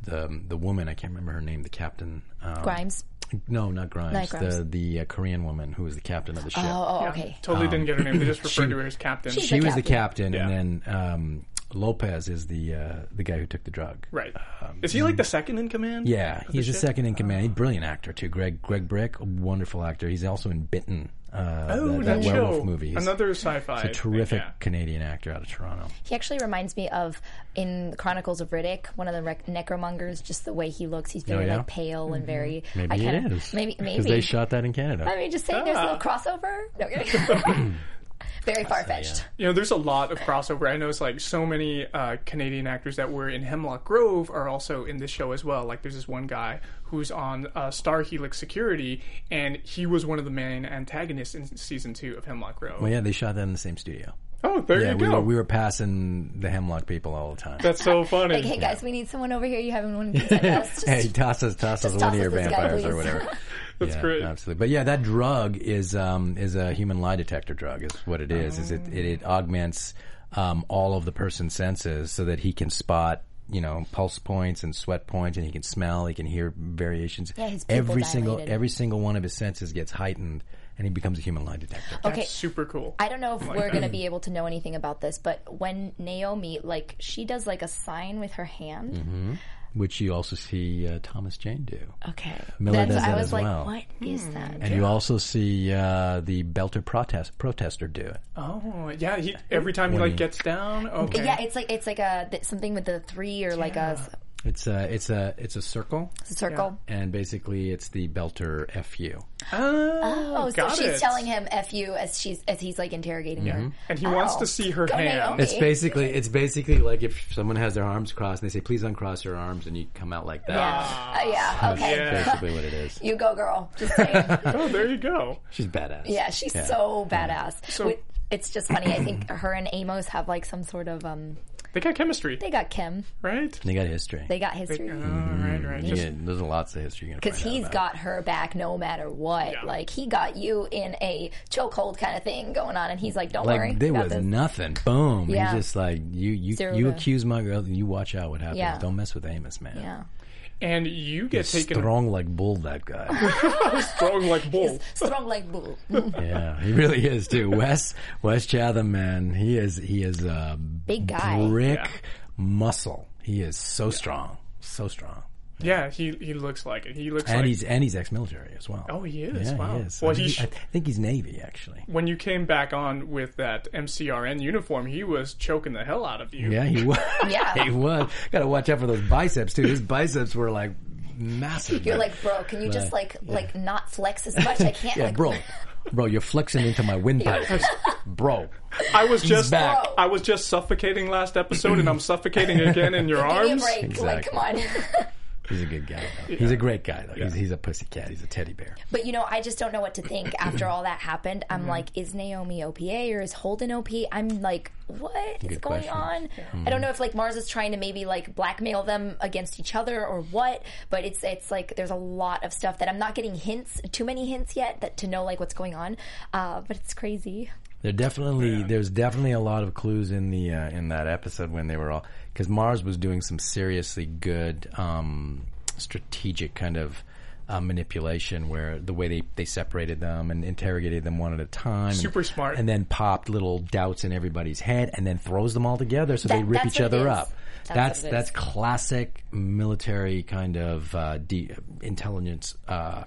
Speaker 3: the the woman I can't remember her name, the captain. Um,
Speaker 2: Grimes.
Speaker 3: No, not Grimes.
Speaker 2: Not Grimes.
Speaker 3: The the uh, Korean woman who was the captain of the ship.
Speaker 2: Oh, oh, okay.
Speaker 3: *laughs*
Speaker 1: Totally didn't get her name. They just referred to her as captain.
Speaker 2: she's
Speaker 3: she
Speaker 2: the
Speaker 3: was the captain,
Speaker 1: Yeah.
Speaker 3: and then um, Lopez is the uh, the guy who took the drug.
Speaker 1: Right. Is he like the second in command?
Speaker 3: Um, hmm. Yeah, he's the second
Speaker 1: Oh.
Speaker 3: in command. He's a brilliant actor too. Greg Greg Brick, a wonderful actor. He's also in Bitten, uh,
Speaker 1: Oh,
Speaker 3: that,
Speaker 1: that,
Speaker 3: that werewolf
Speaker 1: show.
Speaker 3: movie. He's
Speaker 1: Another sci-fi.
Speaker 3: a terrific
Speaker 1: thing,
Speaker 3: Canadian actor out of Toronto.
Speaker 2: He actually reminds me of in Chronicles of Riddick, one of the rec- necromongers. Just the way he looks, he's very
Speaker 3: Oh, yeah? Mm-hmm.
Speaker 2: like pale and very.
Speaker 3: Maybe
Speaker 2: I
Speaker 3: he
Speaker 2: kinda-
Speaker 3: is.
Speaker 2: Maybe maybe.
Speaker 3: because they shot that in Canada.
Speaker 2: I mean, just saying, there's
Speaker 1: Ah.
Speaker 2: no crossover. No, *laughs*
Speaker 3: *laughs* uh,
Speaker 2: very far fetched.
Speaker 1: yeah. You know, there's a lot of crossover. I know it's like so many uh, Canadian actors that were in Hemlock Grove are also in this show as well. Like there's this one guy who's on uh, Star Helix Security, and he was one of the main antagonists in season two of Hemlock Grove.
Speaker 3: well, Oh, yeah, they shot that in the same studio.
Speaker 1: Oh, there
Speaker 3: yeah,
Speaker 1: you
Speaker 3: we
Speaker 1: go.
Speaker 3: were we were passing the Hemlock people all the time.
Speaker 1: That's so funny.
Speaker 2: Like, hey guys, we need someone over here. You haven't one of these. Like, *laughs* us.
Speaker 3: *laughs* Hey,
Speaker 2: Just-
Speaker 3: toss us, toss us
Speaker 2: just toss
Speaker 3: one of
Speaker 2: us
Speaker 3: your
Speaker 2: this guy,
Speaker 3: vampires or
Speaker 2: please.
Speaker 3: whatever.
Speaker 2: *laughs*
Speaker 1: That's
Speaker 3: yeah,
Speaker 1: great.
Speaker 3: Absolutely, but yeah, that drug is um, is a human lie detector drug. Is what it is. Is it,
Speaker 2: Oh.
Speaker 3: it it augments um, all of the person's senses so that he can spot you know pulse points and sweat points, and he can smell, he can hear variations.
Speaker 2: Yeah, his pupil
Speaker 3: every single
Speaker 2: dilated.
Speaker 3: every single one of his senses gets heightened, and he becomes a human lie detector.
Speaker 2: okay,
Speaker 1: Super cool.
Speaker 2: I don't know if we're going to be able to know anything about this, but when Naomi, like, she does like a sign with her hand.
Speaker 3: Which you also see uh, Thomas Jane do.
Speaker 2: Okay,
Speaker 3: Miller
Speaker 2: That's-
Speaker 3: does
Speaker 2: I
Speaker 3: that
Speaker 2: was
Speaker 3: as
Speaker 2: like,
Speaker 3: well.
Speaker 2: what is that?
Speaker 3: And you also see uh, the Belter protest protester do it.
Speaker 1: oh, yeah. He, every time he like gets down. Okay.
Speaker 2: Yeah, it's like it's like a th- something with the three or like a, s-
Speaker 3: It's a it's a it's a circle,
Speaker 2: circle.
Speaker 3: and basically it's the Belter FU.
Speaker 1: oh,
Speaker 2: Oh, so
Speaker 1: got
Speaker 2: she's
Speaker 1: it.
Speaker 2: telling him "f you" as she's as he's like interrogating her.
Speaker 1: and he wants
Speaker 2: Oh,
Speaker 1: to see her
Speaker 2: go
Speaker 1: hand.
Speaker 3: *laughs*
Speaker 2: Naomi.
Speaker 3: It's basically it's basically like if someone has their arms crossed and they say please uncross your arms and you come out like that.
Speaker 2: Yeah, Uh, yeah. Okay,
Speaker 3: That's basically what it is.
Speaker 2: you go, girl. Just saying. *laughs*
Speaker 1: Oh, there you go.
Speaker 3: She's badass.
Speaker 2: Yeah, she's so badass. Wait, it's just funny. I think her and Amos have like some sort of um.
Speaker 1: They got chemistry,
Speaker 2: They got Kim.
Speaker 1: right?
Speaker 3: They got history.
Speaker 2: They got history.
Speaker 1: All right, right.
Speaker 3: You
Speaker 1: Just
Speaker 3: get- there's lots of history.
Speaker 2: Because he's got her back no matter what. Like he got you in a chokehold kind of thing going on, and he's like, "Don't worry,
Speaker 3: like
Speaker 2: I
Speaker 3: there
Speaker 2: got
Speaker 3: was
Speaker 2: this."
Speaker 3: nothing. Boom.
Speaker 2: Yeah.
Speaker 3: He's just like you you
Speaker 2: Zero
Speaker 3: you
Speaker 2: to-
Speaker 3: accuse my girl. You watch out what happens.
Speaker 2: Yeah.
Speaker 3: Don't mess with Amos, man.
Speaker 2: Yeah.
Speaker 1: and you get taken
Speaker 3: Strong like bull, that guy.
Speaker 2: *laughs*
Speaker 1: strong like bull.
Speaker 2: Strong Mm-hmm. like bull.
Speaker 3: Yeah, he really is too. Wes Wes Chatham, man, he is he is uh, a
Speaker 2: Big guy.
Speaker 3: brick muscle. He is so strong, so strong,
Speaker 1: Yeah, he he looks like it. He looks
Speaker 3: and
Speaker 1: like
Speaker 3: he's and he's ex-military as well.
Speaker 1: Oh, he is.
Speaker 3: Yeah,
Speaker 1: wow.
Speaker 3: he is.
Speaker 1: Well,
Speaker 3: I,
Speaker 1: he
Speaker 3: think,
Speaker 1: sh-
Speaker 3: I think he's Navy actually.
Speaker 1: when you came back on with that MCRN uniform, he was choking the hell out of you.
Speaker 3: Yeah, he was.
Speaker 2: *laughs* Yeah.
Speaker 3: *laughs* he was. Got to watch out for those biceps too. His biceps were like massive.
Speaker 2: You're
Speaker 3: man.
Speaker 2: like, bro, can you just like like not flex as much? I can't.
Speaker 3: yeah,
Speaker 2: like,
Speaker 3: bro, bro, you're flexing into my
Speaker 2: *laughs*
Speaker 3: windpipe, bro.
Speaker 1: I was just
Speaker 3: back.
Speaker 1: I was just suffocating last episode, and I'm suffocating again in your
Speaker 2: *laughs* Give me a
Speaker 1: arms.
Speaker 2: break. Like, come on. *laughs*
Speaker 3: He's a good guy. Though. He's a great guy though. He's he's a pussycat. He's a teddy bear.
Speaker 2: but you know, I just don't know what to
Speaker 3: *clears throat*
Speaker 2: think after all that happened. I'm like, is Naomi OPA or is Holden OP? I'm like, what is
Speaker 3: Good
Speaker 2: going
Speaker 3: question. Hmm.
Speaker 2: on? I don't know if like Mars is trying to maybe like blackmail them against each other or what. But it's it's like there's a lot of stuff that I'm not getting hints, too many hints yet, that to know like what's going on. Uh, but it's crazy.
Speaker 3: There definitely there's definitely a lot of clues in the uh, in that episode when they were all because Mars was doing some seriously good um, strategic kind of uh, manipulation where the way they, they separated them and interrogated them one at a time
Speaker 1: Super
Speaker 3: and,
Speaker 1: smart.
Speaker 3: and then popped little doubts in everybody's head and then throws them all together so they
Speaker 2: That-
Speaker 3: rip
Speaker 2: that's
Speaker 3: each
Speaker 2: what it
Speaker 3: other
Speaker 2: is.
Speaker 3: up
Speaker 2: That's
Speaker 3: that's
Speaker 2: what it
Speaker 3: that's
Speaker 2: is.
Speaker 3: classic military kind of uh, de- intelligence uh,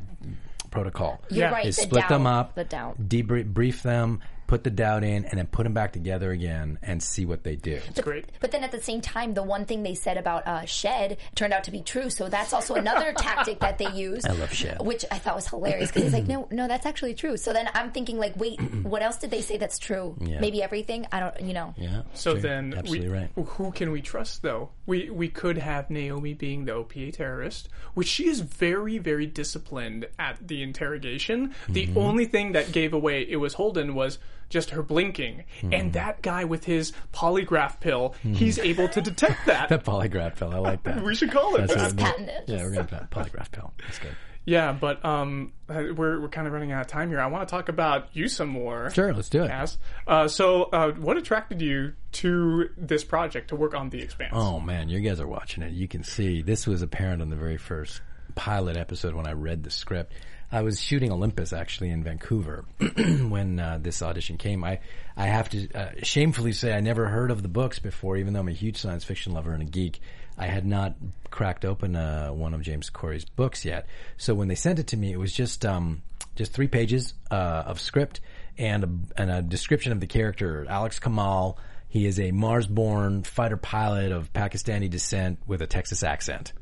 Speaker 3: protocol
Speaker 2: You're
Speaker 1: Yeah.
Speaker 2: right.
Speaker 3: is
Speaker 2: the
Speaker 3: split
Speaker 2: doubt,
Speaker 3: them up,
Speaker 2: The doubt.
Speaker 3: debrief them, put the doubt in, and then put them back together again and see what they do.
Speaker 1: Great.
Speaker 2: But then at the same time, the one thing they said about uh, Shed turned out to be true. So that's
Speaker 1: *laughs*
Speaker 2: also another tactic that they used. I
Speaker 3: love Shed.
Speaker 2: Which I thought was hilarious because he's like, no, no, that's actually true. So then I'm thinking, like,
Speaker 3: *clears throat*
Speaker 2: wait, what else did they say that's true? Maybe everything? I don't, you know.
Speaker 3: Yeah.
Speaker 1: So then,
Speaker 3: absolutely
Speaker 1: we,
Speaker 3: right. *laughs*
Speaker 1: who can we trust though? We we could have Naomi being the OPA terrorist, which she is very very disciplined at the interrogation. The
Speaker 3: Mm-hmm.
Speaker 1: only thing that gave away it was Holden was just her blinking,
Speaker 3: Mm-hmm.
Speaker 1: and that guy with his polygraph pill, he's able to detect that.
Speaker 3: *laughs* That polygraph pill, I like that.
Speaker 1: *laughs* we should call it.
Speaker 3: That's
Speaker 1: that.
Speaker 3: a-
Speaker 2: patented.
Speaker 3: Yeah, we're gonna put polygraph pill. That's good.
Speaker 1: Yeah, but um, uh, we're we're kind of running out of time here. I want to talk about you some more.
Speaker 3: Sure, let's do it.
Speaker 1: Cass. Uh, so, uh, what attracted you to this project to work on The Expanse?
Speaker 3: Oh man, you guys are watching it. You can see this was apparent on the very first pilot episode when I read the script. I was shooting Olympus actually in Vancouver *clears throat* when uh, this audition came. I I have to uh, shamefully say I never heard of the books before, even though I'm a huge science fiction lover and a geek. I had not cracked open uh, one of James Corey's books yet. So when they sent it to me, it was just um, just three pages uh, of script and a, and a description of the character Alex Kamal. He is a Mars-born fighter pilot of Pakistani descent with a Texas accent.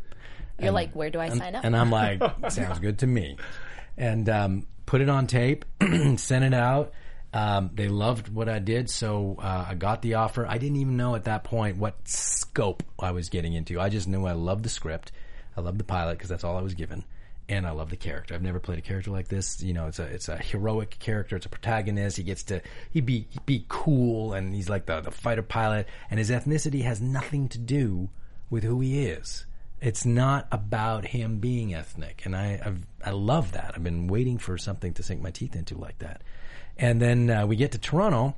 Speaker 2: You're like, where do I sign up?
Speaker 3: And I'm like, sounds good to me. And um, put it on tape, *clears throat* sent it out. Um, they loved what I did, so uh, I got the offer. I didn't even know at that point what scope I was getting into. I just knew I loved the script, I loved the pilot because that's all I was given, and I loved the character. I've never played a character like this. You know, it's a it's a heroic character. It's a protagonist. He gets to he be he be cool, and he's like the the fighter pilot, and his ethnicity has nothing to do with who he is it's not about him being ethnic, and I I've, I love that. I've been waiting for something to sink my teeth into like that. And then uh, we get to Toronto,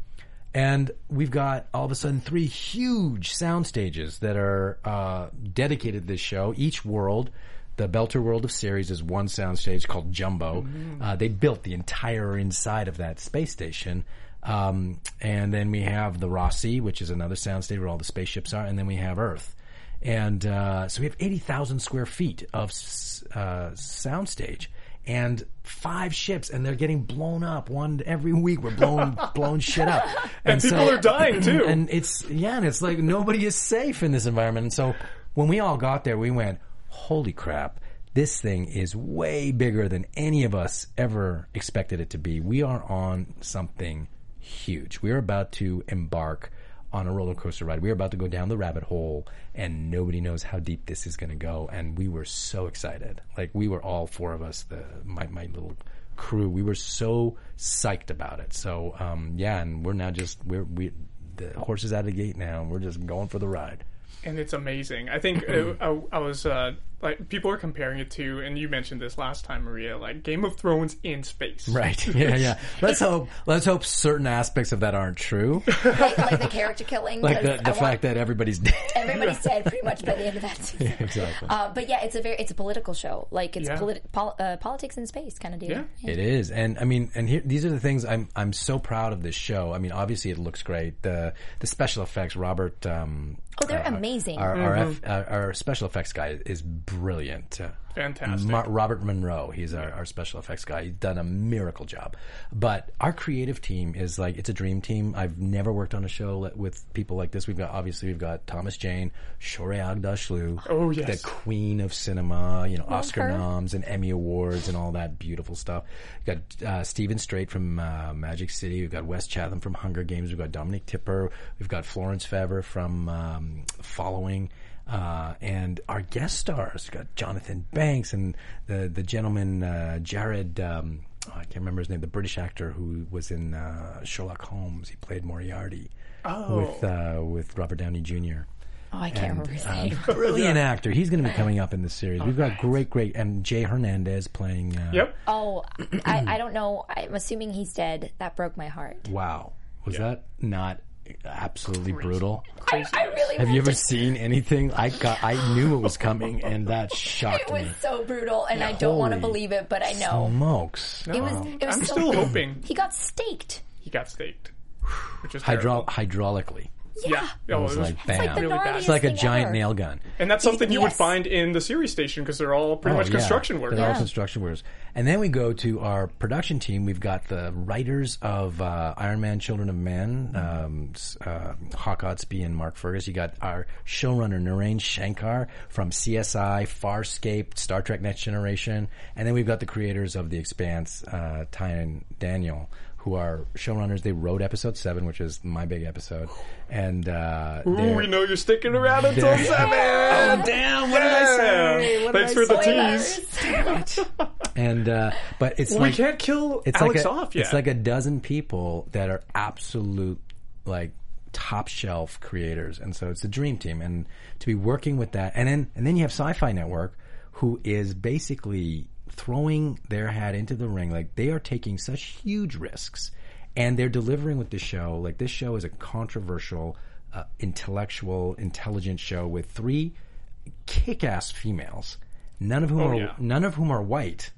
Speaker 3: and we've got all of a sudden three huge sound stages that are uh, dedicated to this show. Each world, the Belter World of Series, is one sound stage called Jumbo. Uh, they built the entire inside of that space station. Um, and then we have the Rossi, which is another sound stage where all the spaceships are, and then we have Earth and uh, so we have 80,000 square feet of s- uh, soundstage and five ships, and they're getting blown up one every week. We're blown *laughs* blown shit up, and,
Speaker 1: people are dying, too.
Speaker 3: And it's yeah, and it's like nobody is safe in this environment. And so when we all got there, we went, "Holy crap!" This thing is way bigger than any of us ever expected it to be. We are on something huge. We are about to embark on a roller coaster ride. We are about to go down the rabbit hole, and nobody knows how deep this is going to go. And we were so excited. Like we were all four of us, the my my little crew. We were so psyched about it. So um, yeah, and we're now just we're we the horse is out of the gate now, and we're just going for the ride.
Speaker 1: and it's amazing. I think uh,
Speaker 3: Hmm.
Speaker 1: I, I was uh, like people are comparing it to, and you mentioned this last time, Maria, like Game of Thrones in space.
Speaker 3: *laughs* Right? Yeah, yeah. Let's hope let's hope certain aspects of that aren't *laughs* true,
Speaker 2: Right? like the character killing.
Speaker 3: like
Speaker 2: 'cause
Speaker 3: the,
Speaker 2: I
Speaker 3: the
Speaker 2: want-
Speaker 3: fact that everybody's dead. *laughs*
Speaker 2: everybody's dead pretty much by the end of that season.
Speaker 3: exactly.
Speaker 2: Uh, but yeah, it's a very it's a political show. Like it's
Speaker 1: Yeah.
Speaker 2: politi- pol- uh, politics in space kind of deal.
Speaker 1: Yeah.
Speaker 3: *laughs* It is, and I mean, and here, these are the things I'm. I'm so proud of this show. I mean, obviously, it looks great. The the special effects, Robert. Um,
Speaker 2: Oh, they're amazing.
Speaker 3: our our, F,
Speaker 1: Mm-hmm.
Speaker 3: our our special effects guy is brilliant. Uh,
Speaker 1: Fantastic.
Speaker 3: Ma- Robert Monroe, he's our, our special effects guy. He's done a miracle job. But our creative team is like it's a dream team. I've never worked on a show li- with people like this. We've got obviously we've got Thomas Jane, Shorey Agdashlu,
Speaker 1: Oh, yes.
Speaker 3: the queen of cinema, you know, Oscar
Speaker 2: her.
Speaker 3: noms and Emmy awards and all that beautiful stuff. We've got uh, Stephen Strait from uh, Magic City. We've got Wes Chatham from Hunger Games. We've got Dominic Tipper. We've got Florence Faber from um, Following. Uh, and our guest stars we've got Jonathan Banks and the the gentleman uh, Jared. Um, oh, I can't remember his name. The British actor who was in uh, Sherlock Holmes. He played Moriarty with uh, with Robert Downey Jr.
Speaker 2: Oh, I can't remember
Speaker 3: um,
Speaker 2: his name.
Speaker 1: *laughs*
Speaker 3: Brilliant actor. He's going to be coming up in this series. We've got great, great, and Jay Hernandez playing. Uh,
Speaker 1: Oh, Yep.
Speaker 2: Oh, I, I don't know. I'm assuming he's dead. That broke my heart.
Speaker 3: Wow, was that not absolutely brutal?
Speaker 2: I, I really
Speaker 3: Have you
Speaker 2: meant
Speaker 3: ever
Speaker 2: it.
Speaker 3: seen anything? I got, I knew it was coming, and
Speaker 2: *laughs*
Speaker 3: that
Speaker 2: It
Speaker 3: shocked
Speaker 2: was
Speaker 3: me. Oh,
Speaker 2: so brutal, and I don't want to
Speaker 3: Holy
Speaker 2: believe it, but I know
Speaker 3: Smokes.
Speaker 2: it was. It was
Speaker 1: I'm
Speaker 2: so
Speaker 1: still hoping
Speaker 2: He got staked.
Speaker 1: he got staked. Which is terrible.
Speaker 3: Hydro- hydraulically.
Speaker 1: Yeah. Oh,
Speaker 3: It was like bam.
Speaker 2: Like the
Speaker 1: Really bad.
Speaker 2: gnarliest
Speaker 3: it's like a
Speaker 2: thing
Speaker 3: giant
Speaker 2: ever.
Speaker 3: nail gun.
Speaker 1: And that's something you would
Speaker 2: Yes.
Speaker 1: find in the series station because they're all pretty
Speaker 3: Oh,
Speaker 1: much
Speaker 3: yeah.
Speaker 1: construction workers.
Speaker 3: They're all construction workers. And then we go to our production team. We've got the writers of uh, Iron Man, Children of Men, um, s- uh, Hawk Ottsby and Mark Fergus. You got our showrunner Narain Shankar from CSI, Farscape, Star Trek: Next Generation, and then we've got the creators of The Expanse, uh, Ty and Daniel. Who are showrunners? They wrote episode seven, which is my big episode, and uh,
Speaker 1: Ooh,
Speaker 3: they're-
Speaker 1: we know you're sticking around until
Speaker 3: They're-
Speaker 1: seven.
Speaker 3: damn! What did
Speaker 1: Yeah. Thanks for the *laughs* tease.
Speaker 3: And uh, but it's
Speaker 1: We
Speaker 3: like
Speaker 1: can't kill
Speaker 3: it's
Speaker 1: Alex
Speaker 3: like a,
Speaker 1: off yet.
Speaker 3: It's like a dozen people that are absolute like top shelf creators, and so it's the dream team. And to be working with that, and then and then you have Sci-Fi Network, who is basically throwing their hat into the ring. Like they are taking such huge risks, and they're delivering with this show. Like this show is a controversial, uh, intellectual, intelligent show with three kick-ass females, none of whom are
Speaker 1: Oh, yeah.
Speaker 3: none of whom are white.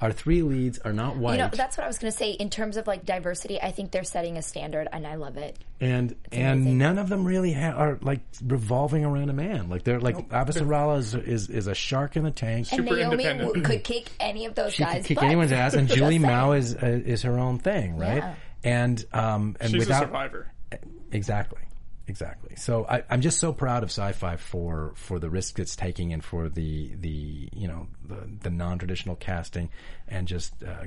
Speaker 3: Our three leads are not white,
Speaker 2: *laughs* You know, that's what I was going to say. In terms of like diversity, I think they're setting a standard, and I love it.
Speaker 3: and and none of them really ha- are like revolving around a man. Like they're like Abbasarala is, is is a shark in the tank.
Speaker 2: And
Speaker 1: Super
Speaker 2: Naomi
Speaker 1: independent.
Speaker 2: w- could kick any of those
Speaker 3: she
Speaker 2: guys.
Speaker 3: can kick
Speaker 2: butt.
Speaker 3: anyone's
Speaker 2: *laughs*
Speaker 3: ass, and
Speaker 2: Just
Speaker 3: Julie
Speaker 2: saying.
Speaker 3: Mao is uh, is her own thing, right?
Speaker 2: Yeah.
Speaker 3: And um and
Speaker 1: She's
Speaker 3: without
Speaker 1: a survivor.
Speaker 3: exactly, exactly. So I, I'm just so proud of sci-fi for for the risk it's taking and for the the you know the, the non-traditional casting and just uh,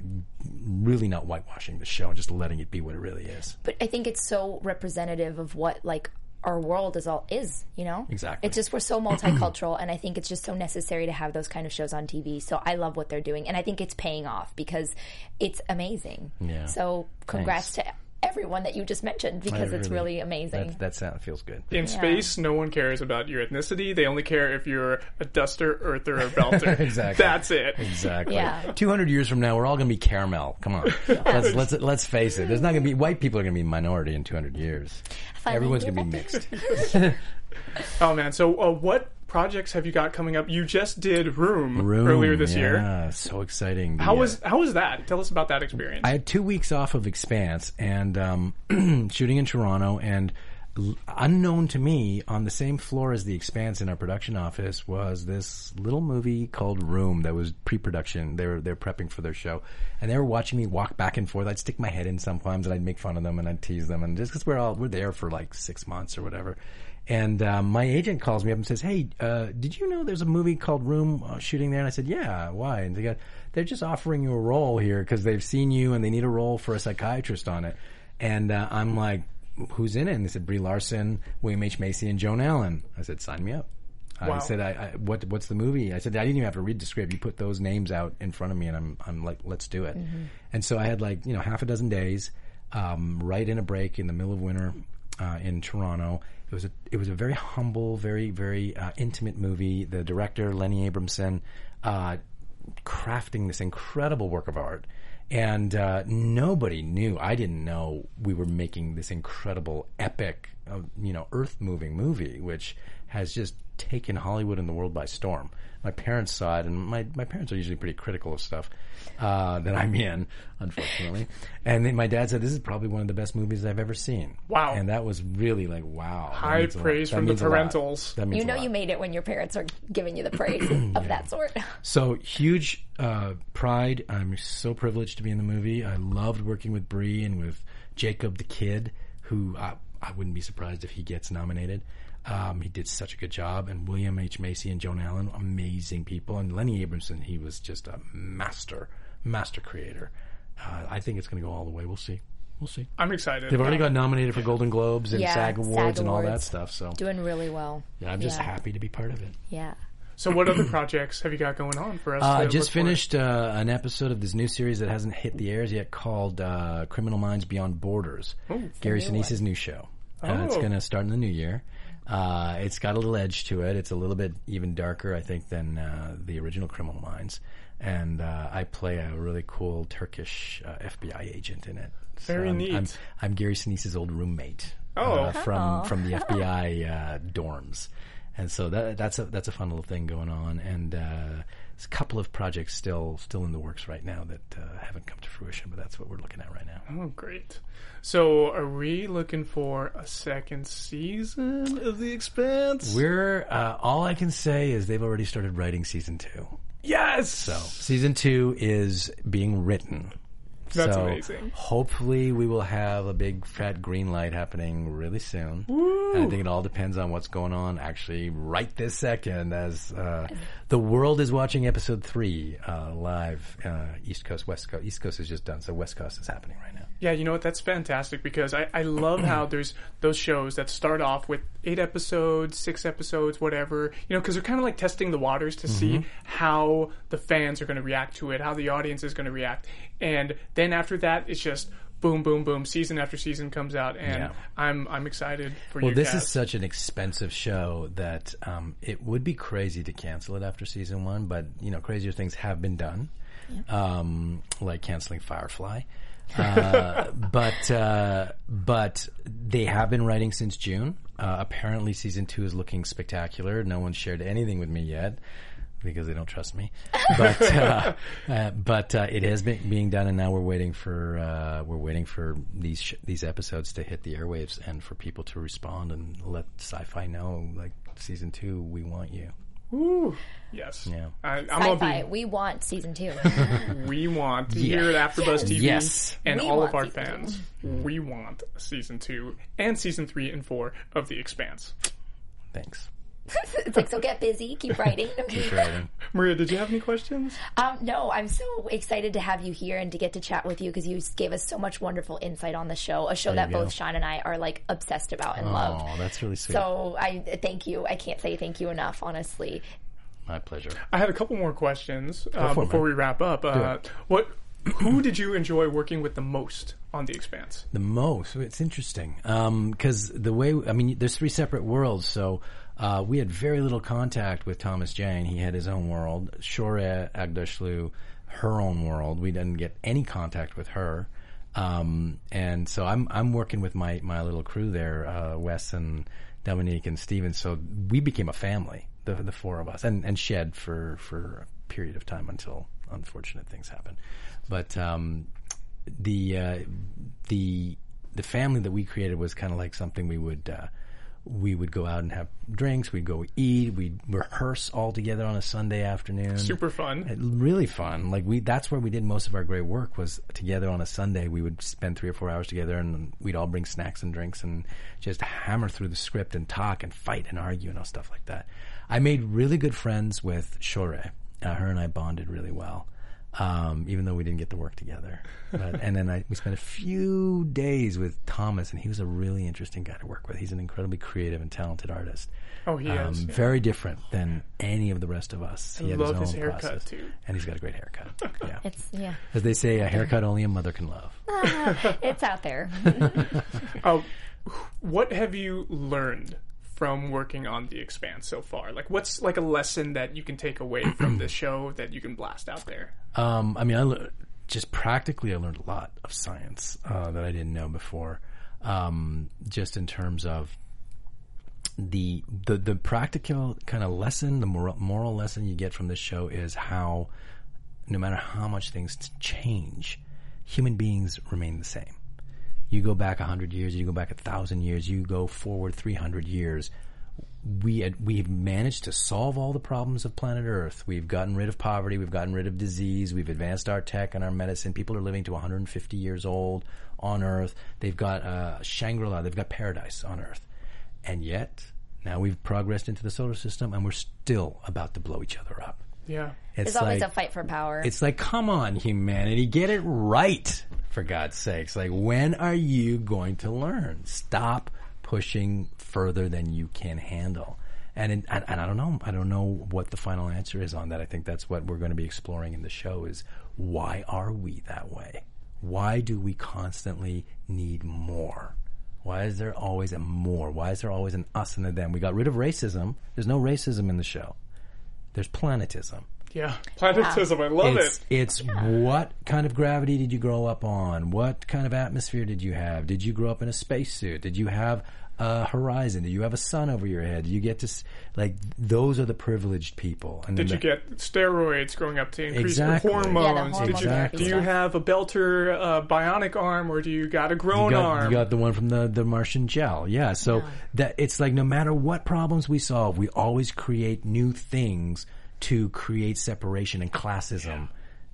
Speaker 3: really not whitewashing the show and just letting it be what it really is.
Speaker 2: But I think it's so representative of what like our world is all is. You know,
Speaker 3: Exactly.
Speaker 2: It's just we're so multicultural, and I think it's just so necessary to have those kind of shows on TV. So I love what they're doing, and I think it's paying off because it's amazing.
Speaker 3: Yeah.
Speaker 2: So congrats to everyone that you just mentioned because it's
Speaker 3: really-
Speaker 2: really amazing.
Speaker 3: That, that sound feels good.
Speaker 1: In space, no one cares about your ethnicity. They only care if you're a duster, earther, or belter.
Speaker 3: *laughs* Exactly.
Speaker 1: That's it.
Speaker 3: Exactly.
Speaker 2: Yeah.
Speaker 3: 200 years from now, we're all going to be caramel.
Speaker 1: *laughs*
Speaker 3: Come on. let's, let's, let's face it. There's not going to be, white people are going to be a minority in 200 years. Everyone's going to be mixed.
Speaker 1: Oh man. So, uh, what projects have you got coming up? You just did Room, *laughs*
Speaker 3: Room,
Speaker 1: earlier this
Speaker 3: yeah,
Speaker 1: year.
Speaker 3: So exciting.
Speaker 1: How was how was that? Tell us about that experience.
Speaker 3: I had two weeks off of Expanse and um, *clears throat* shooting in Toronto, and l- unknown to me, on the same floor as the Expanse in our production office was this little movie called Room that was pre-production. They were they're prepping for their show, and they were watching me walk back and forth. I'd stick my head in sometimes, and I'd make fun of them, and I'd tease them, and just because we're all we're there for like six months or whatever. And um, my agent calls me up and says, "Hey, uh, did you know there's a movie called Room uh, shooting there?" And I said, "Yeah, why?" And they go, "They're just offering you a role here because they've seen you and they need a role for a psychiatrist on it." And uh, I'm like, "Who's in it?" And they said, "Brie Larson, William H Macy, and Joan Allen." I said, "Sign me up." I
Speaker 1: Wow.
Speaker 3: said, I, I, "What? What's the movie?" I said, "I didn't even have to read the script. You put those names out in front of me, and I'm, I'm like, let's do it." And so I had like you know half a dozen days, um, right in a break in the middle of winter uh, in Toronto. It was a it was a very humble, very very uh, intimate movie. The director Lenny Abramson uh, crafting this incredible work of art, and uh, nobody knew. I didn't know we were making this incredible epic, uh, you know, earth moving movie, which has just taken Hollywood and the world by storm. My parents saw it, and my, my parents are usually pretty critical of stuff uh, that I'm in, unfortunately. and then my dad said, "This is probably one of the best movies I've ever seen."
Speaker 1: Wow.
Speaker 3: And that was really like, wow, that
Speaker 1: High
Speaker 3: means a lot.
Speaker 1: praise
Speaker 3: That
Speaker 1: from the
Speaker 3: means a lot.
Speaker 1: parentals.
Speaker 3: That
Speaker 2: *laughs* you
Speaker 3: means a
Speaker 2: know
Speaker 3: lot.
Speaker 2: you made it when your parents are giving you the
Speaker 3: *clears throat*
Speaker 2: praise of that sort.
Speaker 3: So huge uh, pride. I'm so privileged to be in the movie. I loved working with Bree and with Jacob the kid, who I, I wouldn't be surprised if he gets nominated. Um, he did such a good job, and William H Macy and Joan Allen, amazing people, and Lenny Abramson. He was just a master, master creator. Uh, I think it's going to go all the way. We'll see. We'll see.
Speaker 1: I'm excited.
Speaker 3: They've already got nominated for Golden Globes and
Speaker 2: Yeah,
Speaker 3: SAG
Speaker 2: SAG
Speaker 3: Awards and all that
Speaker 2: Awards.
Speaker 3: stuff. So
Speaker 2: Doing really well.
Speaker 3: yeah, I'm just
Speaker 2: yeah.
Speaker 3: happy to be part of it.
Speaker 2: Yeah.
Speaker 1: so, what other projects have you got going on for us?
Speaker 3: Uh, I
Speaker 1: to
Speaker 3: just
Speaker 1: look for?
Speaker 3: finished uh, an episode of this new series that hasn't hit the airs yet called uh, Criminal Minds Beyond Borders. Gary Sinise's new show. Uh, it's
Speaker 1: Oh.
Speaker 3: going to start in the new year. Uh, it's got a little edge to it. It's a little bit even darker, I think, than uh, the original Criminal Minds. And uh, I play a really cool Turkish uh, FBI agent in it. So
Speaker 1: Very
Speaker 3: I'm,
Speaker 1: neat.
Speaker 3: I'm, I'm Gary Sinise's old roommate
Speaker 1: Oh.
Speaker 3: uh, from from the FBI uh, dorms, and so that that's a that's a fun little thing going on, and uh, there's a couple of projects still still in the works right now that uh, haven't come to fruition, but that's what we're looking at right now.
Speaker 1: Oh, great. So, are we looking for a second season of The Expanse?
Speaker 3: We're uh, all I can say is they've already started writing season two.
Speaker 1: yes.
Speaker 3: Season two is being written.
Speaker 1: That's
Speaker 3: so
Speaker 1: amazing.
Speaker 3: Hopefully, we will have a big fat green light happening really soon. And I think it all depends on what's going on actually right this second, as uh, the world is watching episode three uh, live. Uh, East Coast, West Coast. East Coast is just done, so West Coast is happening right now.
Speaker 1: Yeah, you know what? That's fantastic because I, I love
Speaker 3: *clears throat*
Speaker 1: how there's those shows that start off with eight episodes, six episodes, whatever, you know, because they're kind of like testing the waters to
Speaker 3: Mm-hmm.
Speaker 1: see how the fans are going to react to it, how the audience is going to react. And then after that, it's just boom, boom, boom, season after season comes out. And
Speaker 3: Yeah.
Speaker 1: I'm, I'm excited for
Speaker 3: Well,
Speaker 1: you
Speaker 3: this
Speaker 1: guys.
Speaker 3: is such an expensive show that um, it would be crazy to cancel it after season one, but you know, crazier things have been done, um, like canceling Firefly. uh, but uh, but they have been writing since June. Uh, apparently, season two is looking spectacular. No one shared anything with me yet. because they don't trust me. But uh, uh, but uh, it has been being done, and now we're waiting for uh, we're waiting for these sh- these episodes to hit the airwaves and for people to respond and let sci-fi know like season two, we want you.
Speaker 1: Yes.
Speaker 3: Yeah.
Speaker 1: I, I'm
Speaker 2: Sci-fi.
Speaker 1: gonna
Speaker 2: We want season two. *laughs*
Speaker 1: be. We want to hear it after Buzz TV
Speaker 3: Yes.
Speaker 1: and
Speaker 2: We
Speaker 1: all
Speaker 2: want
Speaker 1: of our
Speaker 2: season
Speaker 1: fans. We want season two and season three and four of The Expanse.
Speaker 3: Thanks.
Speaker 2: it's like so get busy, keep writing.
Speaker 3: Writing.
Speaker 1: Maria, did you have any questions?
Speaker 2: Um, no, I'm so excited to have you here and to get to chat with you because you just gave us so much wonderful insight on the show, a show that
Speaker 3: you go.
Speaker 2: both Sean and I are like obsessed about and
Speaker 3: Oh,
Speaker 2: love.
Speaker 3: that's really sweet.
Speaker 2: So I thank you. I can't say thank you enough, honestly.
Speaker 3: My pleasure.
Speaker 1: I had a couple more questions uh,
Speaker 3: for it,
Speaker 1: before
Speaker 3: man.
Speaker 1: we wrap up. Uh, what? Who did you enjoy working with the most on The Expanse?
Speaker 3: The most. It's interesting because the way I mean, there's three separate worlds. So uh, we had very little contact with Thomas Jane. He had his own world. Shore Agdashlu, her own world. We didn't get any contact with her. Um, and so I'm I'm working with my my little crew there, uh, Wes and Dominique and Steven. So we became a family, the the four of us, and and shed for for a period of time until unfortunate things happen. But um, the uh, the the family that we created was kind of like something we would uh, we would go out and have drinks. We'd go eat. We'd rehearse all together on a Sunday afternoon.
Speaker 1: Super fun.
Speaker 3: Really fun. Like we, that's where we did most of our great work was together on a Sunday. We would spend three or four hours together and we'd all bring snacks and drinks and just hammer through the script and talk and fight and argue and all stuff like that. I made really good friends with Shore. Uh, her and I bonded really well. Um, even though we didn't get to work together, but, and then I, we spent a few days with Thomas, and he was a really interesting guy to work with. He's an incredibly creative and talented artist.
Speaker 1: Oh, he
Speaker 3: um,
Speaker 1: is.
Speaker 3: Very different than any of the rest of us. He had
Speaker 1: love his
Speaker 3: own
Speaker 1: haircut,
Speaker 3: process.
Speaker 1: too.
Speaker 3: And he's got a great
Speaker 1: *laughs*
Speaker 3: haircut. Yeah.
Speaker 2: It's yeah,
Speaker 3: As they say, a haircut only a mother can love.
Speaker 2: it's out
Speaker 3: *laughs*
Speaker 2: there.
Speaker 1: Uh, what have you learned from working on The Expanse so far? Like, what's like a lesson that you can take away
Speaker 3: *clears throat*
Speaker 1: from the show that you can blast out there?
Speaker 3: Um, I mean, I le- just practically, I learned a lot of science uh, that I didn't know before. Um, just in terms of the the the practical kind of lesson, the moral, moral lesson you get from this show is how, no matter how much things t- change, human beings remain the same. You go back hundred years, you go back a thousand years, you go forward three hundred years. we had, we have managed to solve all the problems of planet Earth. We've gotten rid of poverty. We've gotten rid of disease. We've advanced our tech and our medicine. People are living to 150 years old on Earth. They've got uh, Shangri-La. They've got paradise on Earth. And yet, now we've progressed into the solar system, and we're still about to blow each other up.
Speaker 1: Yeah.
Speaker 2: It's always a fight for power.
Speaker 3: It's like, come on, humanity, get it right, for God's sakes. Like, when are you going to learn? Stop pushing further than you can handle. And, in, and, and I don't know, I don't know what the final answer is on that. I think that's what we're going to be exploring in the show is why are we that way? Why do we constantly need more? Why is there always a more? Why is there always an us and a them? We got rid of racism. There's no racism in the show. There's planetism
Speaker 1: Yeah. Planetism. I love
Speaker 3: it's,
Speaker 1: it.
Speaker 3: It's what kind of gravity did you grow up on? What kind of atmosphere did you have? Did you grow up in a spacesuit? Did you have a horizon? Did you have a sun over your head? Did you get to s- like those are the privileged people? And then
Speaker 1: Did you
Speaker 3: the-
Speaker 1: get steroids growing up to increase
Speaker 3: Exactly.
Speaker 1: your hormones?
Speaker 2: Yeah, the
Speaker 1: Did you,
Speaker 3: Exactly.
Speaker 1: Do you
Speaker 2: hormones.
Speaker 1: have a Belter uh, bionic arm or do you got a grown
Speaker 3: You got,
Speaker 1: arm?
Speaker 3: you got the one from the, the Martian gel. Yeah. So that it's like no matter what problems we solve, we always create new things to create separation and classism.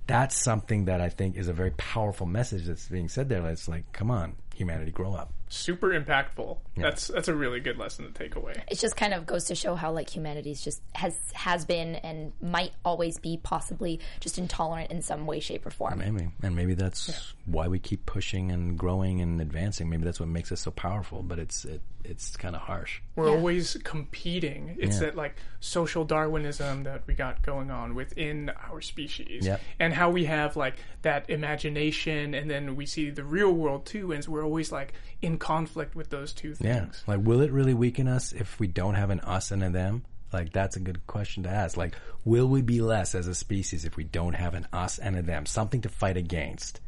Speaker 3: That's something that I think is a very powerful message that's being said there. It's like, come on, humanity, grow up.
Speaker 1: Super impactful. That's that's a really good lesson to take away.
Speaker 2: it just kind of goes to show how like humanity's just has has been and might always be possibly just intolerant in some way, shape, or form.
Speaker 3: Maybe. And maybe that's why we keep pushing and growing and advancing. Maybe that's what makes us so powerful, but it's it, it's kind of harsh.
Speaker 1: We're
Speaker 2: Yeah.
Speaker 1: always competing. It's
Speaker 3: Yeah.
Speaker 1: that like social Darwinism that we got going on within our species,
Speaker 3: Yep.
Speaker 1: and how we have like that imagination, and then we see the real world too, and so we're always like in conflict with those two
Speaker 3: Yeah.
Speaker 1: things.
Speaker 3: Like, will it really weaken us if we don't have an us and a them? Like, that's a good question to ask. Like, will we be less as a species if we don't have an us and a them? Something to fight against.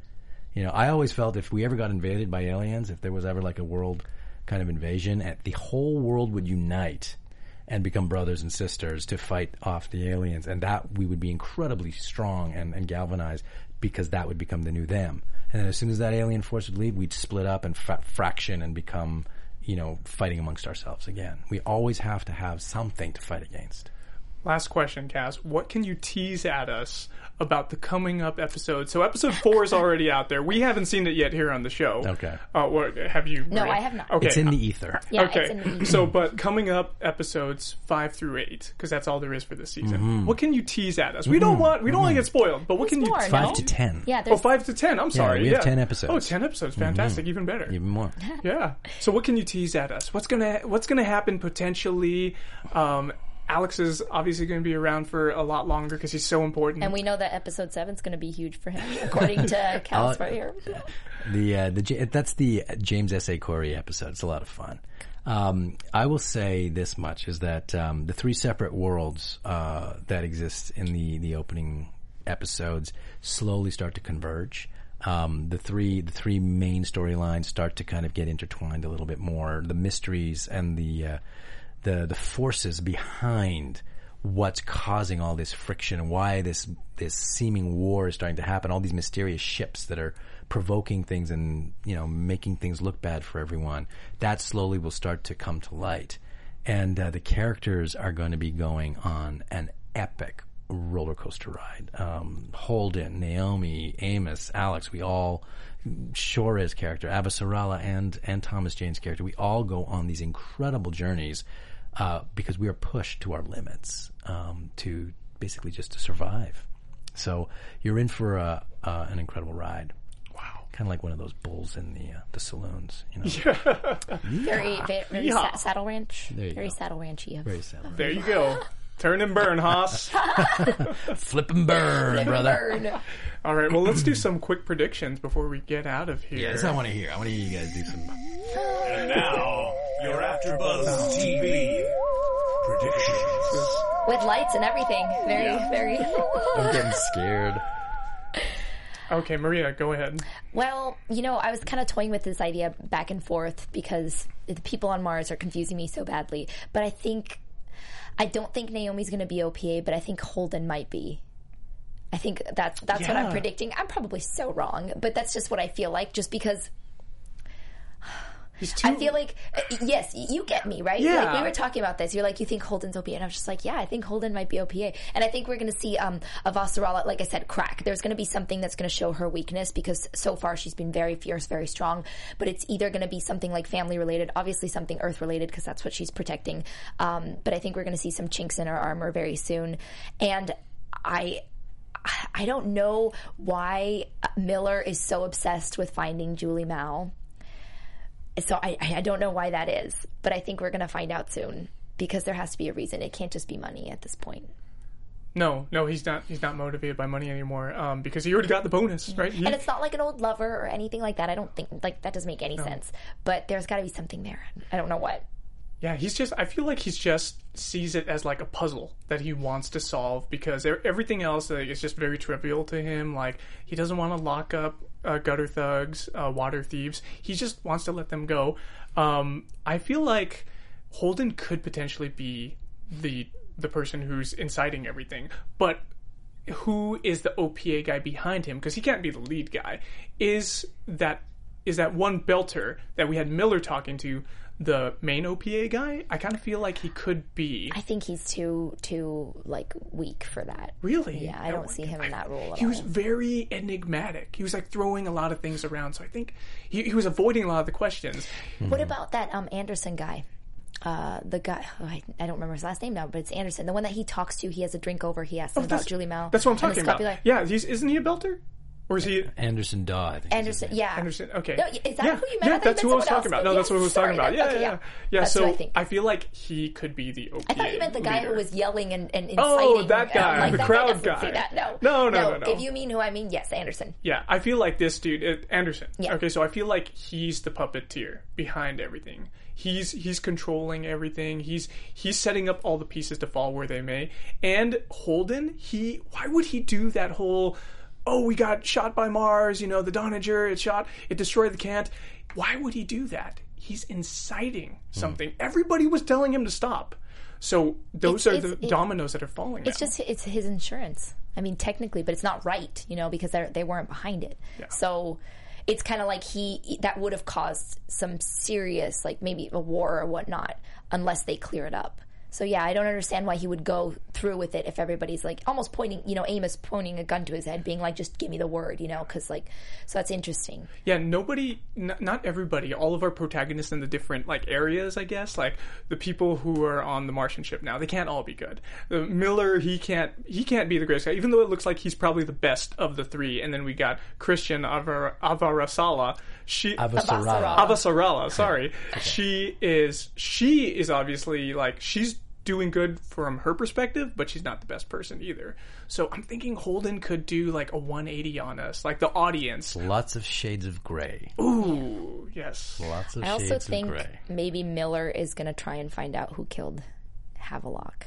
Speaker 3: You know, I always felt if we ever got invaded by aliens, if there was ever like a world kind of invasion, and the whole world would unite and become brothers and sisters to fight off the aliens. And that we would be incredibly strong and, and galvanized because that would become the new them. And then as soon as that alien force would leave, we'd split up and fra- fraction and become, you know, fighting amongst ourselves again. We always have to have something to fight against.
Speaker 1: Last question, Cass. What can you tease at us about the coming up episode? So episode four is already out there. We haven't seen it yet here on the show.
Speaker 3: Okay.
Speaker 1: Uh, what have you?
Speaker 2: No,
Speaker 1: Maria?
Speaker 2: I have not.
Speaker 1: Okay.
Speaker 3: It's in the ether.
Speaker 2: Yeah, it's in
Speaker 1: okay.
Speaker 2: the
Speaker 1: So, but coming up episodes five through eight, because that's all there is for this season.
Speaker 3: Mm-hmm.
Speaker 1: What can you tease at us? We don't want we don't want to get spoiled, but what can you?
Speaker 2: more,
Speaker 1: tease?
Speaker 2: no?
Speaker 3: Five to ten.
Speaker 2: yeah.
Speaker 1: Oh,
Speaker 2: There's
Speaker 1: five to ten. I'm sorry.
Speaker 3: we have 10 episodes. Mm-hmm.
Speaker 1: Oh, 10 episodes. Fantastic. Even better.
Speaker 2: *laughs*
Speaker 3: Even more.
Speaker 1: Yeah. So what can you tease at us? What's gonna What's gonna happen potentially? Um, Alex is obviously going to be around for a lot longer because he's so important.
Speaker 2: and we know that episode seven's going to be huge for him, according
Speaker 3: *laughs*
Speaker 2: to Cal's right here.
Speaker 3: The uh, the J- that's the James S. A. Corey episode. It's a lot of fun. Um, I will say this much is that um, the three separate worlds uh, that exist in the the opening episodes slowly start to converge. Um, the three the three main storylines start to kind of get intertwined a little bit more. The mysteries and the uh, the the forces behind what's causing all this friction, why this this seeming war is starting to happen, all these mysterious ships that are provoking things and you know making things look bad for everyone. That slowly will start to come to light, and uh, the characters are going to be going on an epic roller coaster ride. Um, Holden, Naomi, Amos, Alex, we all, Shora's character, Abasarala, and and Thomas Jane's character, we all go on these incredible journeys uh, because we are pushed to our limits um, to basically just to survive. So you're in for a, uh, an incredible ride. Wow! Kind of like one of those bulls in the uh, the saloons, you know.
Speaker 2: Very, very, very
Speaker 1: Yeehaw.
Speaker 2: sa- saddle ranch.
Speaker 3: Ah, you
Speaker 2: Very
Speaker 3: go.
Speaker 2: saddle ranchy. of-
Speaker 3: Very sad.
Speaker 1: there you go. Turn and burn,
Speaker 2: *laughs*
Speaker 1: Haas.
Speaker 3: Flip and burn, brother.
Speaker 1: All right. Well, let's do some quick predictions before we get out of here.
Speaker 3: That's what I want to hear. I want to hear you guys do some.
Speaker 4: Now, your AfterBuzz TV predictions.
Speaker 2: With lights and everything. Very,
Speaker 3: *laughs*
Speaker 2: very.
Speaker 3: I'm getting scared.
Speaker 1: Okay, Maria, go ahead.
Speaker 2: Well, you know, I was kind of toying with this idea back and forth because the people on Mars are confusing me so badly. But I think, I don't think Naomi's going to be OPA, but I think Holden might be. I think that's that's what I'm
Speaker 1: Yeah.
Speaker 2: predicting. I'm probably so wrong, but that's just what I feel like. Just because
Speaker 1: He's too,
Speaker 2: I feel like, uh, yes, y- you get me, right?
Speaker 1: Yeah.
Speaker 2: Like we were talking about this. You're like, you think Holden's OPA, and I was just like, yeah, I think Holden might be OPA, and I think we're going to see um, Avasarala, like I said, crack. There's going to be something that's going to show her weakness because so far she's been very fierce, very strong, but it's either going to be something like family related, obviously something Earth related because that's what she's protecting. Um, but I think we're going to see some chinks in her armor very soon, and I. I don't know why Miller is so obsessed with finding Julie Mao so I, I I don't know why that is, but I think we're going to find out soon because there has to be a reason. It can't just be money at this point.
Speaker 1: no, no. He's not. He's not motivated by money anymore. Um, because he already got the bonus, right? He-
Speaker 2: And it's not like an old lover or anything like that. I don't think like that doesn't make any sense. But there's got to be something there. I don't know what.
Speaker 1: Yeah, he's just. I feel like he's just sees it as like a puzzle that he wants to solve because e- everything else like, is just very trivial to him. Like he doesn't want to lock up uh, gutter thugs, uh, water thieves. He just wants to let them go. Um, I feel like Holden could potentially be the the person who's inciting everything, but who is the OPA guy behind him because he can't be the lead guy. Is that is that one belter that we had Miller talking to the main OPA guy? I kind of feel like he could be.
Speaker 2: I think he's too too like weak for that.
Speaker 1: Really?
Speaker 2: Yeah, I don't see him in that role at
Speaker 1: He
Speaker 2: all.
Speaker 1: was very enigmatic. He was like throwing a lot of things around, so I think he, he was avoiding a lot of the questions.
Speaker 2: What about that um Anderson guy? Uh, the guy oh, I, I don't remember his last name now, but it's Anderson, the one that he talks to. He has a drink over. He asks him about
Speaker 1: Oh, That's-
Speaker 2: Julie Mao.
Speaker 1: That's what I'm
Speaker 2: and
Speaker 1: talking
Speaker 2: his
Speaker 1: about.
Speaker 2: copulite.
Speaker 1: Yeah, he's, isn't he a belter? Or is he
Speaker 3: Anderson Daw, I think. is his
Speaker 2: Anderson, yeah.
Speaker 1: Anderson. Okay.
Speaker 2: No, is that
Speaker 1: yeah.
Speaker 2: who you
Speaker 1: Yeah,
Speaker 2: meant? I thought
Speaker 1: that's
Speaker 2: you
Speaker 1: who I
Speaker 2: meant
Speaker 1: was
Speaker 2: someone else,
Speaker 1: talking about.
Speaker 2: but
Speaker 1: No, that's
Speaker 2: yeah,
Speaker 1: what I was
Speaker 2: sorry,
Speaker 1: talking about.
Speaker 2: that-
Speaker 1: Yeah,
Speaker 2: okay,
Speaker 1: yeah,
Speaker 2: yeah.
Speaker 1: yeah. Yeah,
Speaker 2: That's
Speaker 1: so
Speaker 2: what I think.
Speaker 1: feel like he could be the OPA.
Speaker 2: I thought you meant the guy who
Speaker 1: leader.
Speaker 2: was yelling and, and inciting.
Speaker 1: Oh, that
Speaker 2: and I'm
Speaker 1: guy,
Speaker 2: like,
Speaker 1: the
Speaker 2: that
Speaker 1: crowd
Speaker 2: doesn't
Speaker 1: guy.
Speaker 2: say that. No.
Speaker 1: No, no, no, no.
Speaker 2: If you mean who I mean, yes, Anderson.
Speaker 1: Yeah, I feel like this dude uh, Anderson.
Speaker 2: Yeah.
Speaker 1: Okay, so I feel like he's the puppeteer behind everything. He's he's controlling everything. He's he's setting up all the pieces to fall where they may. And Holden, he why would he do that whole oh we got shot by Mars, you know, the Doniger, it shot it destroyed the Cant. Why would he do that? He's inciting something. Everybody was telling him to stop. So those
Speaker 2: It's-
Speaker 1: are
Speaker 2: it's-
Speaker 1: the
Speaker 2: it-
Speaker 1: dominoes that are falling.
Speaker 2: It's
Speaker 1: now.
Speaker 2: just it's his insurance. I mean, technically, but it's not right, you know, because they they weren't behind it. So it's kind of like he that would have caused some serious, like maybe a war or whatnot, unless they clear it up. So yeah, I don't understand why he would go through with it if everybody's like almost pointing, you know, Amos pointing a gun to his head, being like, "Just give me the word," you know, because like, so that's interesting.
Speaker 1: Yeah, nobody, n- not everybody, all of our protagonists in the different like areas, I guess, like the people who are on the Martian ship now, they can't all be good. The Miller, he can't, he can't be the greatest guy, even though it looks like he's probably the best of the three. And then we got Christian Avar- Avarasala. She,
Speaker 3: Avasarala.
Speaker 1: Abbasarala, sorry. She is she is obviously like she's doing good from her perspective, but she's not the best person either. So I'm thinking Holden could do like a 180 on us, like the audience.
Speaker 3: Lots of shades of gray.
Speaker 1: Ooh, yes.
Speaker 3: Lots of
Speaker 2: I also
Speaker 3: shades
Speaker 2: think
Speaker 3: of gray.
Speaker 2: maybe Miller is going to try and find out who killed Havelock.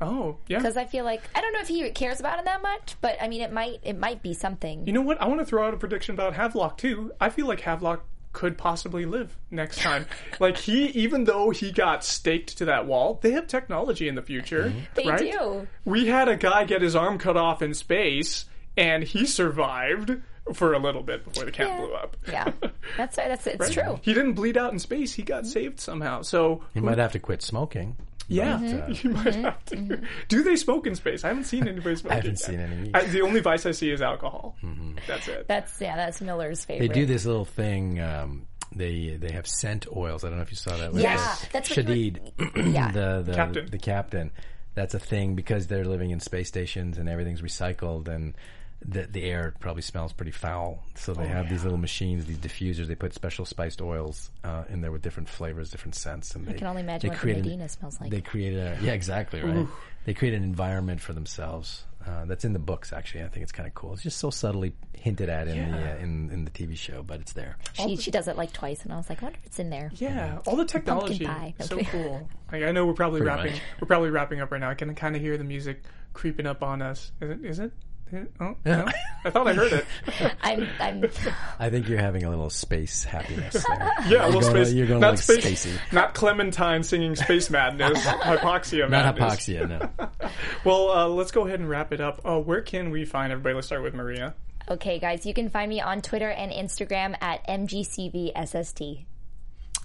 Speaker 1: Oh, yeah.
Speaker 2: because I feel like I don't know if he cares about it that much, but I mean, it might it might be something.
Speaker 1: You know what? I want to throw out a prediction about Havelock too. I feel like Havelock could possibly live next *laughs* time. like he even though he got staked to that wall, they have technology in the future,
Speaker 2: They
Speaker 1: right?
Speaker 2: do.
Speaker 1: we had a guy get his arm cut off in space and he survived for a little bit before the cap blew up.
Speaker 3: *laughs*
Speaker 2: Yeah, that's that's it's true.
Speaker 1: He didn't bleed out in space. He got saved somehow. So
Speaker 3: You might have to quit smoking.
Speaker 1: yeah,
Speaker 2: Mm-hmm.
Speaker 1: *laughs*
Speaker 3: Mhm.
Speaker 1: you might have to. uh, Do they smoke in space? I haven't seen anybody smoke.
Speaker 3: I haven't
Speaker 1: yet.
Speaker 3: seen any. Mm-hmm.
Speaker 1: I, the only vice I see is alcohol. That's it.
Speaker 2: That's yeah, that's Miller's
Speaker 3: They
Speaker 2: favorite.
Speaker 3: do this little thing. Um, they they have scent oils. I don't know if you saw that. with,
Speaker 2: Yeah,
Speaker 3: uh,
Speaker 2: that's what you
Speaker 3: Shadid, *clears throat*
Speaker 2: Yeah.
Speaker 3: the, the
Speaker 1: Captain.
Speaker 3: The captain. That's a thing because they're living in space stations and everything's recycled and. The, the air probably smells pretty foul, so
Speaker 2: Oh,
Speaker 3: they have these little machines, these diffusers. They put special spiced oils uh, in there with different flavors, different scents, and I they
Speaker 2: can only imagine what
Speaker 3: they
Speaker 2: the
Speaker 3: created-
Speaker 2: Medina smells like.
Speaker 3: They created, a, yeah, exactly right. They create an environment for themselves. Uh, that's in the books, actually. I think it's kind of cool. It's just so subtly hinted at in the uh, in, in the TV show, but it's there.
Speaker 2: She she does it like twice, and I was like, I wonder if it's in
Speaker 3: *laughs*
Speaker 2: there.
Speaker 1: Yeah, all the technology,
Speaker 2: pie.
Speaker 1: so
Speaker 2: Okay.
Speaker 1: cool. Like I know we're probably
Speaker 3: Pretty
Speaker 1: wrapping,
Speaker 3: much.
Speaker 1: we're probably wrapping up right now. I can kind of hear the music creeping up on us. Is it? Is it? Is it- Oh, no? I thought I heard
Speaker 3: *laughs*
Speaker 1: it.
Speaker 2: I'm I'm
Speaker 3: I think you're having a little space happiness. There.
Speaker 1: *laughs* Yeah, a
Speaker 3: you're
Speaker 1: little
Speaker 3: going,
Speaker 1: space.
Speaker 3: You're going
Speaker 1: not
Speaker 3: like
Speaker 1: space,
Speaker 3: spacey.
Speaker 1: Not Clementine singing
Speaker 3: *laughs*
Speaker 1: Space Madness, Hypoxia
Speaker 3: Not
Speaker 1: Madness.
Speaker 3: hypoxia, no.
Speaker 1: Well, uh, let's go ahead and wrap it up. Uh, where can we find everybody? Let's start with Maria.
Speaker 2: okay, guys. You can find me on Twitter and Instagram at mgcvsst.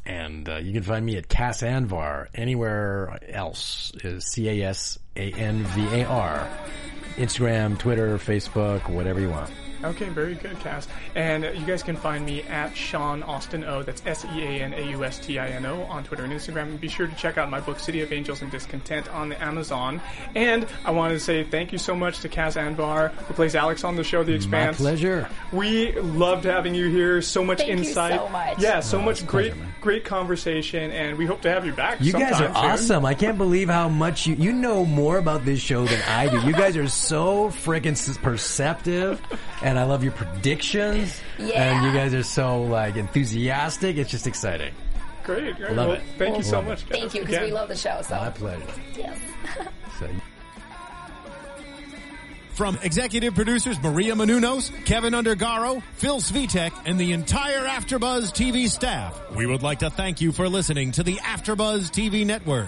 Speaker 3: And uh, you can find me at Cass Anvar anywhere else is C A S A N V A R. Instagram, Twitter, Facebook, whatever you want.
Speaker 1: Okay, very good, Cass. And uh, you guys can find me at Sean Austin O. That's S E A N A U S T I N O on Twitter and Instagram. And be sure to check out my book, City of Angels and Discontent, on the Amazon. And I wanted to say thank you so much to Cass Anvar, who plays Alex on the show, The
Speaker 3: My
Speaker 1: Expanse.
Speaker 3: pleasure.
Speaker 1: We loved having you here. So much
Speaker 2: Thank you
Speaker 1: insight.
Speaker 2: so much.
Speaker 1: Yeah, so much
Speaker 3: it's a
Speaker 1: great,
Speaker 3: pleasure, man.
Speaker 1: great conversation. And we hope to have you back.
Speaker 3: You guys are
Speaker 1: sometime soon.
Speaker 3: awesome. I can't believe how much you you know more about this show than I do. You guys are so freaking s- perceptive, and I love your predictions. And you guys are so like enthusiastic. It's just exciting.
Speaker 1: Great. great.
Speaker 3: Love
Speaker 1: well,
Speaker 3: it.
Speaker 1: Thank you so
Speaker 3: Love it.
Speaker 1: much. Cass.
Speaker 2: Thank you because
Speaker 1: Again.
Speaker 2: we love the show. So
Speaker 3: My pleasure.
Speaker 2: yes.
Speaker 3: So,
Speaker 5: From executive producers Maria Manunos, Kevin Undergaro, Phil Svitek, and the entire Afterbuzz TV staff, we would like to thank you for listening to the Afterbuzz TV network.